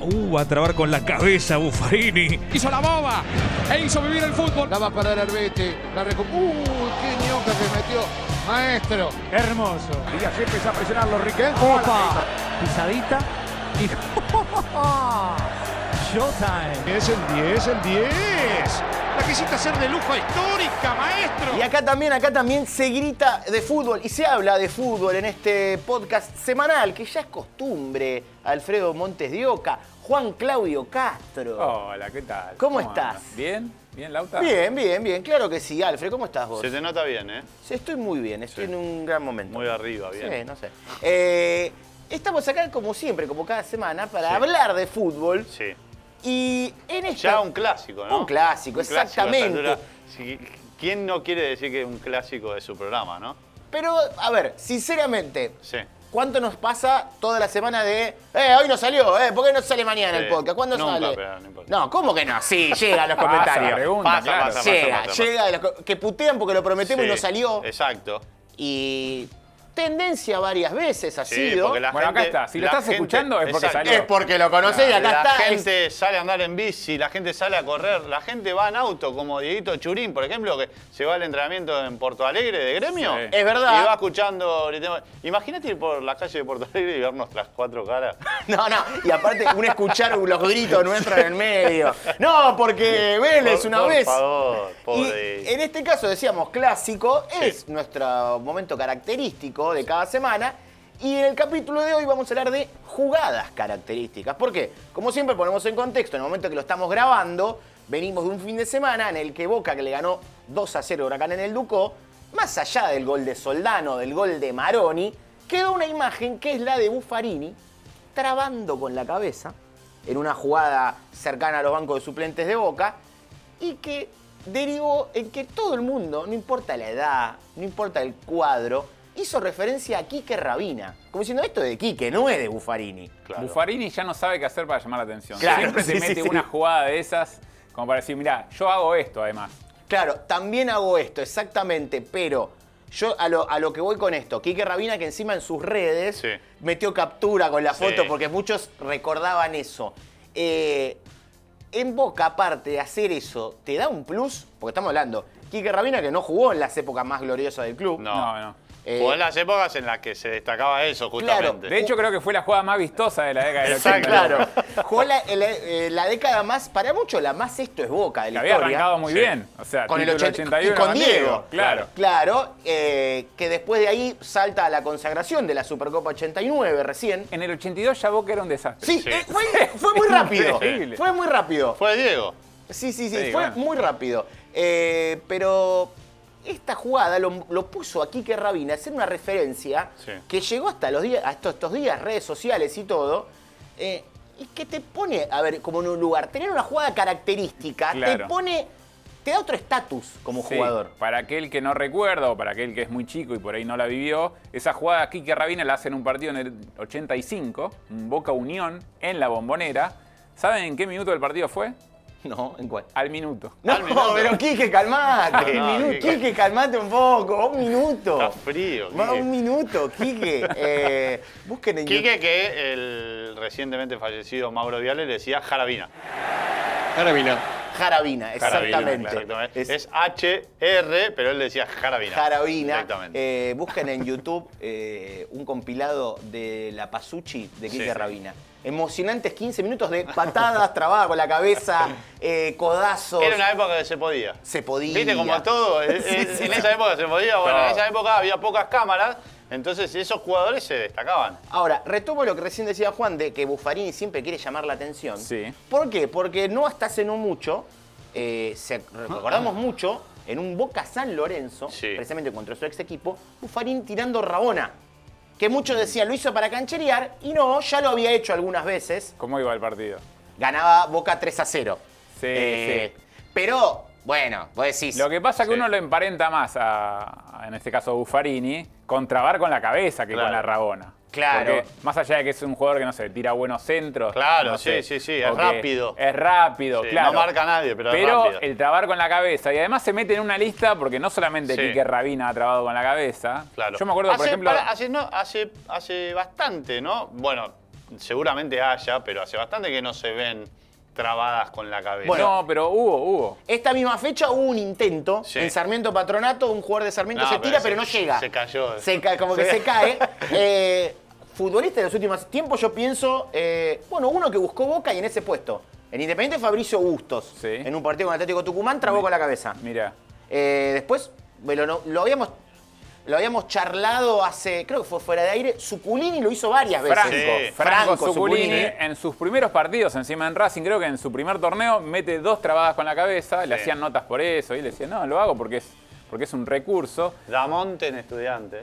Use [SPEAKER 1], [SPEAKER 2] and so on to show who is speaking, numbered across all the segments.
[SPEAKER 1] Uh, va a trabar con la cabeza Buffarini.
[SPEAKER 2] Hizo la boba e hizo vivir el fútbol.
[SPEAKER 3] La va a parar Arbiti. La recu- ¡Uh! ¡Qué ñoca se metió! Maestro.
[SPEAKER 4] Hermoso.
[SPEAKER 3] Y así empieza a presionarlo Riquelme.
[SPEAKER 4] Opa. Pisadita. Y... Showtime.
[SPEAKER 3] Es el 10, el 10. La quisiste hacer de lujo histórica, maestro.
[SPEAKER 5] Y acá también, acá también se grita de fútbol y se habla de fútbol en este podcast semanal, que ya es costumbre. Alfredo Montes de Oca, Juan Claudio
[SPEAKER 6] Oh.
[SPEAKER 5] Castro.
[SPEAKER 7] Hola, ¿qué tal?
[SPEAKER 5] ¿Cómo
[SPEAKER 7] andas?
[SPEAKER 5] estás?
[SPEAKER 7] ¿Bien? ¿Bien, Lauta?
[SPEAKER 5] Bien, bien, bien, claro que sí, Alfred, ¿cómo estás vos?
[SPEAKER 6] Se te nota bien, ¿eh?
[SPEAKER 5] Sí, Estoy muy bien, estoy en un gran momento.
[SPEAKER 6] Muy arriba,
[SPEAKER 5] Sí,
[SPEAKER 6] bien.
[SPEAKER 5] no sé. Eh, estamos acá como siempre, como cada semana, para hablar de fútbol.
[SPEAKER 6] Sí.
[SPEAKER 5] Y en esta...
[SPEAKER 6] Ya un clásico, ¿no?
[SPEAKER 5] Un clásico,
[SPEAKER 6] a esta
[SPEAKER 5] exactamente.
[SPEAKER 6] altura. Si- ¿Quién no quiere decir que es un clásico de su programa, no?
[SPEAKER 5] Pero, a ver, sinceramente,
[SPEAKER 6] Sí.
[SPEAKER 5] ¿cuánto nos pasa toda la semana de, eh, hoy no salió, eh, ¿por qué no sale mañana el
[SPEAKER 6] Sí.
[SPEAKER 5] podcast? ¿Cuándo
[SPEAKER 6] Nunca,
[SPEAKER 5] sale?
[SPEAKER 6] pero no importa.
[SPEAKER 5] no, ¿cómo que no? Sí, llega a los
[SPEAKER 7] Pasa,
[SPEAKER 5] comentarios.
[SPEAKER 7] pregunta,
[SPEAKER 6] Pasa,
[SPEAKER 7] claro.
[SPEAKER 6] pasa.
[SPEAKER 5] llega, llega, de los co- que putean porque lo prometemos
[SPEAKER 6] Sí,
[SPEAKER 5] y no salió.
[SPEAKER 6] Exacto.
[SPEAKER 5] Y tendencia varias veces ha
[SPEAKER 6] Sí,
[SPEAKER 5] sido.
[SPEAKER 6] porque la
[SPEAKER 7] Bueno,
[SPEAKER 6] gente-
[SPEAKER 7] acá está. Si lo
[SPEAKER 6] la
[SPEAKER 7] estás
[SPEAKER 6] gente-
[SPEAKER 7] escuchando es porque
[SPEAKER 6] exacto.
[SPEAKER 7] salió.
[SPEAKER 5] Es porque lo conocés y acá
[SPEAKER 6] la
[SPEAKER 5] está. es-
[SPEAKER 6] gente sale a andar en bici, la gente sale a correr, la gente va en auto, como Dieguito Churín, por ejemplo, que se va al entrenamiento en Porto Alegre de gremio.
[SPEAKER 7] Sí.
[SPEAKER 5] Es verdad.
[SPEAKER 6] Y va escuchando. gritemos. Imagínate ir por la calle de Porto Alegre y ver nuestras cuatro caras.
[SPEAKER 5] No, no, y aparte un escuchar los gritos nuestros en el medio. No, porque Vélez
[SPEAKER 6] Por-
[SPEAKER 5] una
[SPEAKER 6] por
[SPEAKER 5] vez.
[SPEAKER 6] favor, pobre.
[SPEAKER 5] y en este caso decíamos clásico, es nuestro momento característico de cada semana. Y en el capítulo de hoy vamos a hablar de jugadas características. ¿Por qué? Como siempre ponemos en contexto, en el momento que lo estamos grabando, venimos de un fin de semana en el que Boca, que le ganó 2 a 0 a Huracán en el Ducó, más allá del gol de Soldano, del gol de Maroni, quedó una imagen que es la de Buffarini trabando con la cabeza en una jugada cercana a los bancos de suplentes de Boca y que derivó en que todo el mundo, no importa la edad, no importa el cuadro, hizo referencia a Quique Rabina. Como diciendo, esto es de Quique, no es de Buffarini.
[SPEAKER 6] Claro.
[SPEAKER 7] Buffarini ya no sabe qué hacer para llamar la atención.
[SPEAKER 5] Claro,
[SPEAKER 7] Siempre
[SPEAKER 5] sí,
[SPEAKER 7] te mete
[SPEAKER 5] sí, sí.
[SPEAKER 7] una jugada de esas como para decir, mirá, yo hago esto además.
[SPEAKER 5] Claro, también hago esto, exactamente, pero yo a lo, a lo que voy con esto, Quique Rabina que encima en sus redes
[SPEAKER 6] Sí.
[SPEAKER 5] metió captura con la
[SPEAKER 6] Sí.
[SPEAKER 5] foto porque muchos recordaban eso. Eh, en Boca, aparte de hacer eso, ¿te da un plus? Porque estamos hablando, Quique Rabina que no jugó en las épocas más gloriosas del club.
[SPEAKER 6] No.
[SPEAKER 7] No, no.
[SPEAKER 5] Eh,
[SPEAKER 6] Jugó en las épocas en las que se destacaba eso, justamente.
[SPEAKER 7] De hecho, creo que fue la jugada más vistosa de la década de los 80.
[SPEAKER 5] Exacto, claro. Jugó la, el- eh, la década más, para muchos, la más esto es Boca de
[SPEAKER 7] Que
[SPEAKER 5] la
[SPEAKER 7] había
[SPEAKER 5] historia.
[SPEAKER 7] arrancado muy
[SPEAKER 6] Sí.
[SPEAKER 7] bien. O sea,
[SPEAKER 5] con el
[SPEAKER 7] título
[SPEAKER 5] 80
[SPEAKER 7] 81.
[SPEAKER 5] y con
[SPEAKER 7] Diego,
[SPEAKER 5] Diego.
[SPEAKER 7] Claro.
[SPEAKER 5] Claro, eh, que después de ahí salta a la consagración de la Supercopa 89 recién.
[SPEAKER 7] En el 82 ya Boca era un desastre.
[SPEAKER 5] Sí,
[SPEAKER 6] Sí.
[SPEAKER 5] eh, fue, fue muy rápido.
[SPEAKER 7] Increíble.
[SPEAKER 5] Fue muy rápido.
[SPEAKER 6] Fue Diego.
[SPEAKER 5] Sí, sí, sí,
[SPEAKER 7] Sí,
[SPEAKER 5] fue
[SPEAKER 7] bueno.
[SPEAKER 5] muy rápido. Eh, pero esta jugada lo, lo puso a Quique Rabina a hacer una referencia
[SPEAKER 6] Sí.
[SPEAKER 5] que llegó hasta los días, hasta estos días, redes sociales y todo. eh, y que te pone, a ver, como en un lugar, tener una jugada característica, te
[SPEAKER 7] Claro.
[SPEAKER 5] pone, te da otro estatus como
[SPEAKER 7] Sí,
[SPEAKER 5] jugador.
[SPEAKER 7] Para aquel que no recuerda o para aquel que es muy chico y por ahí no la vivió, esa jugada Kike Rabina la hace en un partido en el 85, un Boca Unión, en la bombonera. ¿Saben en qué minuto del partido fue?
[SPEAKER 5] No, ¿en cuál?
[SPEAKER 7] Al minuto.
[SPEAKER 5] No,
[SPEAKER 6] Al minuto.
[SPEAKER 5] pero Quique, calmate.
[SPEAKER 6] No, no,
[SPEAKER 5] Minu-
[SPEAKER 6] Quique.
[SPEAKER 5] Quique, calmate un poco. Un minuto.
[SPEAKER 6] Está frío.
[SPEAKER 5] Va,
[SPEAKER 6] Quique.
[SPEAKER 5] un minuto, Quique. Eh, busquen en
[SPEAKER 6] Quique, que el recientemente fallecido Mauro Viale le decía Jarabina.
[SPEAKER 3] Carabina.
[SPEAKER 5] YouTube. Jarabina,
[SPEAKER 6] Jarabina,
[SPEAKER 5] exactamente.
[SPEAKER 6] exactamente.
[SPEAKER 5] Es,
[SPEAKER 6] Es, HR, pero él decía Jarabina.
[SPEAKER 5] Jarabina.
[SPEAKER 6] Exactamente.
[SPEAKER 5] Eh, busquen en YouTube eh, un compilado de la Pasucci de Quique
[SPEAKER 6] Sí, sí.
[SPEAKER 5] Rabina. Emocionantes 15 minutos de patadas, trabada con la cabeza, eh, codazos.
[SPEAKER 6] Era una época que se podía.
[SPEAKER 5] Se podía.
[SPEAKER 6] Viste, como todo. eh,
[SPEAKER 5] Sí,
[SPEAKER 6] eh,
[SPEAKER 5] sí,
[SPEAKER 6] en
[SPEAKER 5] sí.
[SPEAKER 6] esa época se podía. Bueno, en
[SPEAKER 7] Todo.
[SPEAKER 6] esa época había pocas cámaras, entonces esos jugadores se destacaban.
[SPEAKER 5] Ahora, retomo lo que recién decía Juan de que Buffarini siempre quiere llamar la atención.
[SPEAKER 7] Sí.
[SPEAKER 5] ¿Por qué? Porque no hasta hace no mucho, eh, se,
[SPEAKER 7] Ah.
[SPEAKER 5] recordamos mucho, en un Boca San Lorenzo,
[SPEAKER 6] Sí.
[SPEAKER 5] precisamente contra su ex equipo, Buffarini tirando Rabona. Que
[SPEAKER 7] Mm.
[SPEAKER 5] muchos decían lo hizo para cancherear y no, ya lo había hecho algunas veces.
[SPEAKER 7] ¿Cómo iba el partido?
[SPEAKER 5] Ganaba Boca 3 a 0.
[SPEAKER 7] Sí,
[SPEAKER 5] sí. Pero, bueno, vos decís.
[SPEAKER 7] Lo que pasa es que uno lo emparenta más a, a, en este caso, Buffarini, con trabar con la cabeza que con
[SPEAKER 6] Claro.
[SPEAKER 7] la rabona.
[SPEAKER 5] Claro.
[SPEAKER 7] Porque más allá de que es un jugador que, no sé, tira buenos centros.
[SPEAKER 6] Claro,
[SPEAKER 7] no
[SPEAKER 6] sí,
[SPEAKER 7] sé,
[SPEAKER 6] sí, sí, es
[SPEAKER 7] o que
[SPEAKER 6] rápido.
[SPEAKER 7] Es rápido,
[SPEAKER 6] Sí,
[SPEAKER 7] claro.
[SPEAKER 6] no marca a nadie, pero es rápido.
[SPEAKER 7] el trabar con la cabeza. Y además se mete en una lista porque no solamente
[SPEAKER 6] Sí.
[SPEAKER 7] Quique Rabina ha trabado con la cabeza.
[SPEAKER 6] Claro.
[SPEAKER 7] Yo me acuerdo,
[SPEAKER 6] hace,
[SPEAKER 7] por ejemplo.
[SPEAKER 6] pará, hace, no, hace, hace bastante, ¿no? Bueno, seguramente haya, pero hace bastante que no se ven trabadas con la cabeza.
[SPEAKER 5] Bueno.
[SPEAKER 7] no, pero hubo, hubo.
[SPEAKER 5] Esta misma fecha hubo un intento
[SPEAKER 6] Sí.
[SPEAKER 5] en Sarmiento Patronato, un jugador de Sarmiento
[SPEAKER 6] No,
[SPEAKER 5] se
[SPEAKER 6] pero
[SPEAKER 5] tira
[SPEAKER 6] se-
[SPEAKER 5] pero no llega.
[SPEAKER 6] se cayó.
[SPEAKER 5] Se ca- como que
[SPEAKER 6] Sí.
[SPEAKER 5] se cae. Eh, futbolista de los últimos tiempos, yo pienso, eh, bueno, uno que buscó Boca y en ese puesto. En Independiente Fabricio Bustos,
[SPEAKER 7] Sí.
[SPEAKER 5] en un partido con Atlético Tucumán, trabó con la cabeza.
[SPEAKER 7] Mira,
[SPEAKER 5] Eh, después, bueno, no- lo habíamos... Lo habíamos charlado hace, creo que fue fuera de aire, Suculini lo hizo varias veces.
[SPEAKER 7] Franco, Franco,
[SPEAKER 6] Sí.
[SPEAKER 5] Franco
[SPEAKER 7] Zuculini,
[SPEAKER 5] Zuculini.
[SPEAKER 7] en sus primeros partidos encima en Racing, creo que en su primer torneo mete dos trabadas con la cabeza, le
[SPEAKER 6] Sí.
[SPEAKER 7] hacían notas por eso y le decían, no, lo hago porque es, porque es un recurso.
[SPEAKER 6] Damonte en estudiante.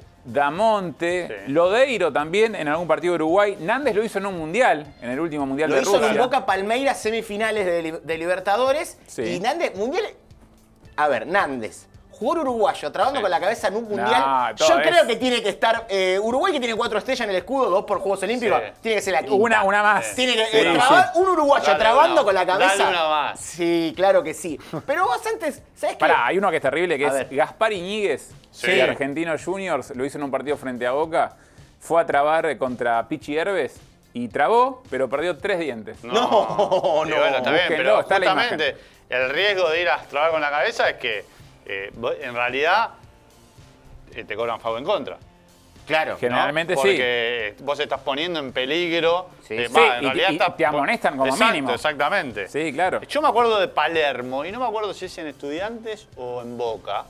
[SPEAKER 7] Damonte,
[SPEAKER 6] Sí.
[SPEAKER 7] Lodeiro también en algún partido de Uruguay. Nández lo hizo en un mundial, en el último mundial
[SPEAKER 5] Lo
[SPEAKER 7] de
[SPEAKER 5] hizo
[SPEAKER 7] Rusia.
[SPEAKER 5] con Boca Palmeiras semifinales de, Li- de Libertadores.
[SPEAKER 7] Sí.
[SPEAKER 5] Y Nández, mundial. A ver, Nández. Jugador uruguayo, trabajando con la cabeza en un mundial.
[SPEAKER 7] No, todo
[SPEAKER 5] Yo
[SPEAKER 7] es-
[SPEAKER 5] creo que tiene que estar. eh, Uruguay que tiene cuatro estrellas en el escudo, dos por Juegos Olímpicos,
[SPEAKER 6] Sí.
[SPEAKER 5] tiene que ser la quinta.
[SPEAKER 7] Una, una más.
[SPEAKER 5] Tiene que
[SPEAKER 7] Sí,
[SPEAKER 5] eh, trabar- un uruguayo
[SPEAKER 6] Dale
[SPEAKER 5] trabando
[SPEAKER 6] una-
[SPEAKER 5] con la
[SPEAKER 6] dale
[SPEAKER 5] cabeza.
[SPEAKER 6] una más.
[SPEAKER 5] Sí, claro que sí. Pero vos antes, ¿sabés qué?
[SPEAKER 7] Pará, hay uno que es terrible, que
[SPEAKER 5] A
[SPEAKER 7] es
[SPEAKER 5] ver.
[SPEAKER 7] Gaspar Iñiguez,
[SPEAKER 6] Sí.
[SPEAKER 7] de Argentinos Juniors, lo hizo en un partido frente a Boca, fue a trabar contra Pichi Herbes y trabó, pero perdió tres dientes.
[SPEAKER 6] No, no.
[SPEAKER 5] no.
[SPEAKER 6] bueno, está bien,
[SPEAKER 7] Búsquenlo,
[SPEAKER 6] pero
[SPEAKER 7] está la imagen.
[SPEAKER 6] justamente el riesgo de ir a trabajar con la cabeza es que eh, vos- en realidad eh, te cobran favor en contra.
[SPEAKER 5] Claro.
[SPEAKER 7] Gen- Generalmente sí.
[SPEAKER 6] Porque vos estás poniendo en peligro.
[SPEAKER 5] Sí.
[SPEAKER 6] eh,
[SPEAKER 5] Sí,
[SPEAKER 6] va, en
[SPEAKER 7] y te-
[SPEAKER 6] realidad
[SPEAKER 7] y
[SPEAKER 6] estás-
[SPEAKER 7] te amonestan como
[SPEAKER 6] Exacto,
[SPEAKER 7] mínimo.
[SPEAKER 6] Exactamente.
[SPEAKER 7] Sí, claro.
[SPEAKER 6] Yo me acuerdo de Palermo, y no me acuerdo si es en Estudiantes o en Boca,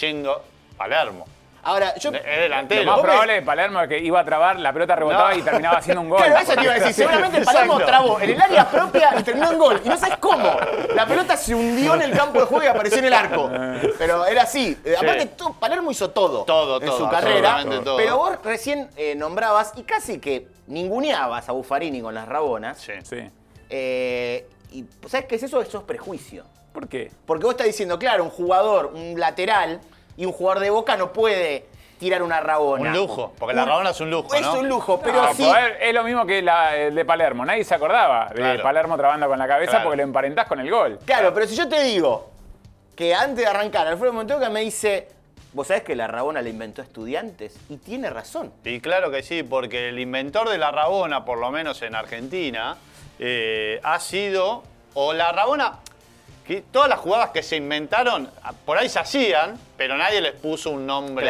[SPEAKER 6] yendo Palermo.
[SPEAKER 5] Ahora, yo.
[SPEAKER 6] Es
[SPEAKER 7] Lo
[SPEAKER 6] delantero.
[SPEAKER 7] más
[SPEAKER 5] vos ves-
[SPEAKER 7] probable de Palermo es que iba a trabar, la pelota rebotaba
[SPEAKER 6] No.
[SPEAKER 7] y terminaba haciendo un gol.
[SPEAKER 5] Claro, eso te iba a decir. Seguramente Palermo
[SPEAKER 6] Exacto.
[SPEAKER 5] trabó en el área propia y terminó en gol. Y no sabes cómo. La pelota se hundió en el campo de juego y apareció en el arco. Pero era así. Eh,
[SPEAKER 6] Sí.
[SPEAKER 5] Aparte, to- Palermo hizo todo.
[SPEAKER 6] Todo,
[SPEAKER 5] En
[SPEAKER 6] todo,
[SPEAKER 5] su carrera.
[SPEAKER 6] absolutamente todo.
[SPEAKER 5] Pero vos recién eh, nombrabas y casi que ninguneabas a Buffarini con las rabonas.
[SPEAKER 6] Sí.
[SPEAKER 7] Sí.
[SPEAKER 5] Eh, y ¿sabes qué es eso? Eso es prejuicio.
[SPEAKER 7] ¿Por qué?
[SPEAKER 5] Porque vos estás diciendo, claro, un jugador, un lateral y un jugador de boca no puede tirar una rabona.
[SPEAKER 6] Un lujo, porque la
[SPEAKER 5] Un-
[SPEAKER 6] rabona es un lujo,
[SPEAKER 5] Es
[SPEAKER 6] ¿no? Ah, pues,
[SPEAKER 5] un lujo, pero
[SPEAKER 7] No,
[SPEAKER 5] sí.
[SPEAKER 7] pero Ah, pues, es- es lo mismo que la eh, de Palermo. Nadie se acordaba de
[SPEAKER 6] Claro.
[SPEAKER 7] Palermo trabando con la cabeza
[SPEAKER 6] Claro.
[SPEAKER 7] porque lo emparentás con el gol.
[SPEAKER 5] Claro, pero si yo te digo que antes de arrancar, Alfredo Montoya me dice, vos sabés que la Rabona la inventó estudiantes y tiene razón.
[SPEAKER 6] Y claro que sí, porque el inventor de la rabona, por lo menos en Argentina, eh, ha sido. O la rabona. Que todas las jugadas que se inventaron, a- por ahí se hacían, pero nadie les puso un nombre. Eh,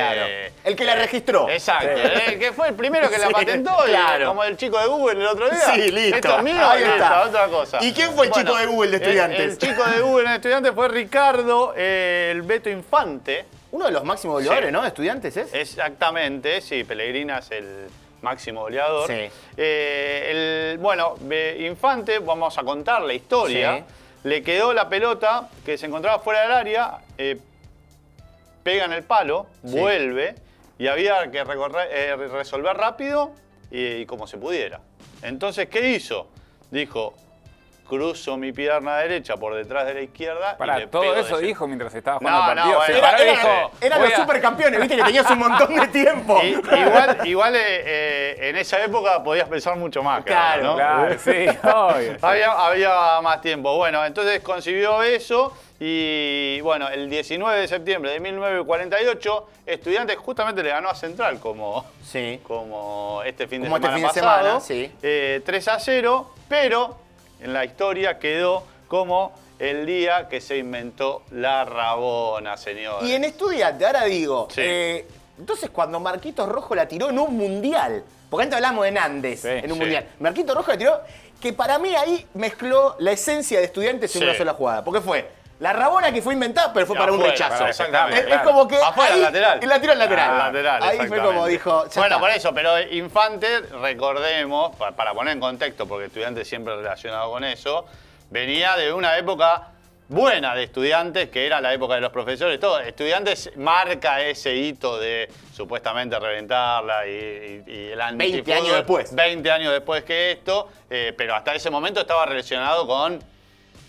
[SPEAKER 5] Claro. El que la registró.
[SPEAKER 6] Exacto. El que fue el primero que la
[SPEAKER 5] Sí,
[SPEAKER 6] patentó, y
[SPEAKER 5] claro.
[SPEAKER 6] como el chico de Google el otro día.
[SPEAKER 5] Sí, listo.
[SPEAKER 6] Esto es mío,
[SPEAKER 5] Ahí
[SPEAKER 6] listo,
[SPEAKER 5] está.
[SPEAKER 6] otra cosa.
[SPEAKER 5] ¿Y quién fue el chico de Google de
[SPEAKER 6] el-
[SPEAKER 5] Estudiantes?
[SPEAKER 6] El, chico de Google de estudiantes fue Ricardo, eh, el Beto Infante.
[SPEAKER 5] Uno de los máximos goleadores,
[SPEAKER 6] Sí. Eh,
[SPEAKER 5] ¿no? De estudiantes es.
[SPEAKER 6] Exactamente, sí, Pellegrina es el máximo goleador.
[SPEAKER 5] Sí.
[SPEAKER 6] Eh, el- bueno, de Infante, vamos a contar la historia.
[SPEAKER 5] Sí.
[SPEAKER 6] Le quedó la pelota que se encontraba fuera del área, eh, pega en el palo, vuelve y había que recorrer- eh, re- resolver rápido y, y como se pudiera. Entonces, ¿qué hizo? Dijo, cruzo mi pierna derecha por detrás de la izquierda. y le
[SPEAKER 7] Para todo
[SPEAKER 6] pego de
[SPEAKER 7] eso
[SPEAKER 6] ese-
[SPEAKER 7] dijo mientras estaba
[SPEAKER 6] No,
[SPEAKER 7] jugando el
[SPEAKER 6] no,
[SPEAKER 7] partido.
[SPEAKER 6] bueno.
[SPEAKER 7] Se
[SPEAKER 6] Era-
[SPEAKER 7] paró y
[SPEAKER 6] era-
[SPEAKER 7] dijo,
[SPEAKER 5] Eran
[SPEAKER 7] "Voy
[SPEAKER 5] los
[SPEAKER 7] a-
[SPEAKER 5] supercampeones, viste que tenías un montón de tiempo.
[SPEAKER 6] I- igual igual eh, eh, en esa época podías pensar mucho más. que ahora,
[SPEAKER 5] Claro,
[SPEAKER 6] ¿no?
[SPEAKER 7] Claro, sí, obvio.
[SPEAKER 6] Había, había más tiempo. Bueno, entonces concibió eso y bueno, el 19 de septiembre de 1948, Estudiantes justamente le ganó a Central como,
[SPEAKER 5] Sí.
[SPEAKER 6] como este fin de
[SPEAKER 5] Como este
[SPEAKER 6] semana
[SPEAKER 5] fin de
[SPEAKER 6] pasado.
[SPEAKER 5] semana, sí.
[SPEAKER 6] Eh, 3 a 0, pero en la historia quedó como el día que se inventó la rabona, señor.
[SPEAKER 5] Y en estudiante, ahora digo,
[SPEAKER 6] Sí.
[SPEAKER 5] eh, entonces cuando Marquitos Rojo la tiró en un mundial, porque antes hablamos de Nández
[SPEAKER 7] Sí,
[SPEAKER 5] en un
[SPEAKER 6] sí.
[SPEAKER 5] mundial, Marquitos Rojo la tiró, que para mí ahí mezcló la esencia de estudiantes en
[SPEAKER 6] Sí.
[SPEAKER 5] una sola jugada, porque fue la rabona que fue inventada, pero fue para un
[SPEAKER 6] Afuera,
[SPEAKER 5] rechazo.
[SPEAKER 6] para- exactamente,
[SPEAKER 5] es, es
[SPEAKER 6] claro.
[SPEAKER 5] como que...
[SPEAKER 6] Afuera,
[SPEAKER 5] ahí-
[SPEAKER 6] lateral.
[SPEAKER 5] Y la tiró al lateral.
[SPEAKER 6] Ah, lateral,
[SPEAKER 5] ahí fue como
[SPEAKER 6] exactamente.
[SPEAKER 5] dijo... ya
[SPEAKER 6] Bueno,
[SPEAKER 5] está.
[SPEAKER 6] por eso, pero eh, Infante, recordemos, pa- para poner en contexto, porque estudiante siempre relacionado con eso, venía de una época buena de estudiantes, que era la época de los profesores, todo. Estudiantes marca ese hito de supuestamente reventarla y, y- y el
[SPEAKER 5] 20
[SPEAKER 6] antifútbol,
[SPEAKER 5] años después.
[SPEAKER 6] 20 años después que esto, eh, pero hasta ese momento estaba relacionado con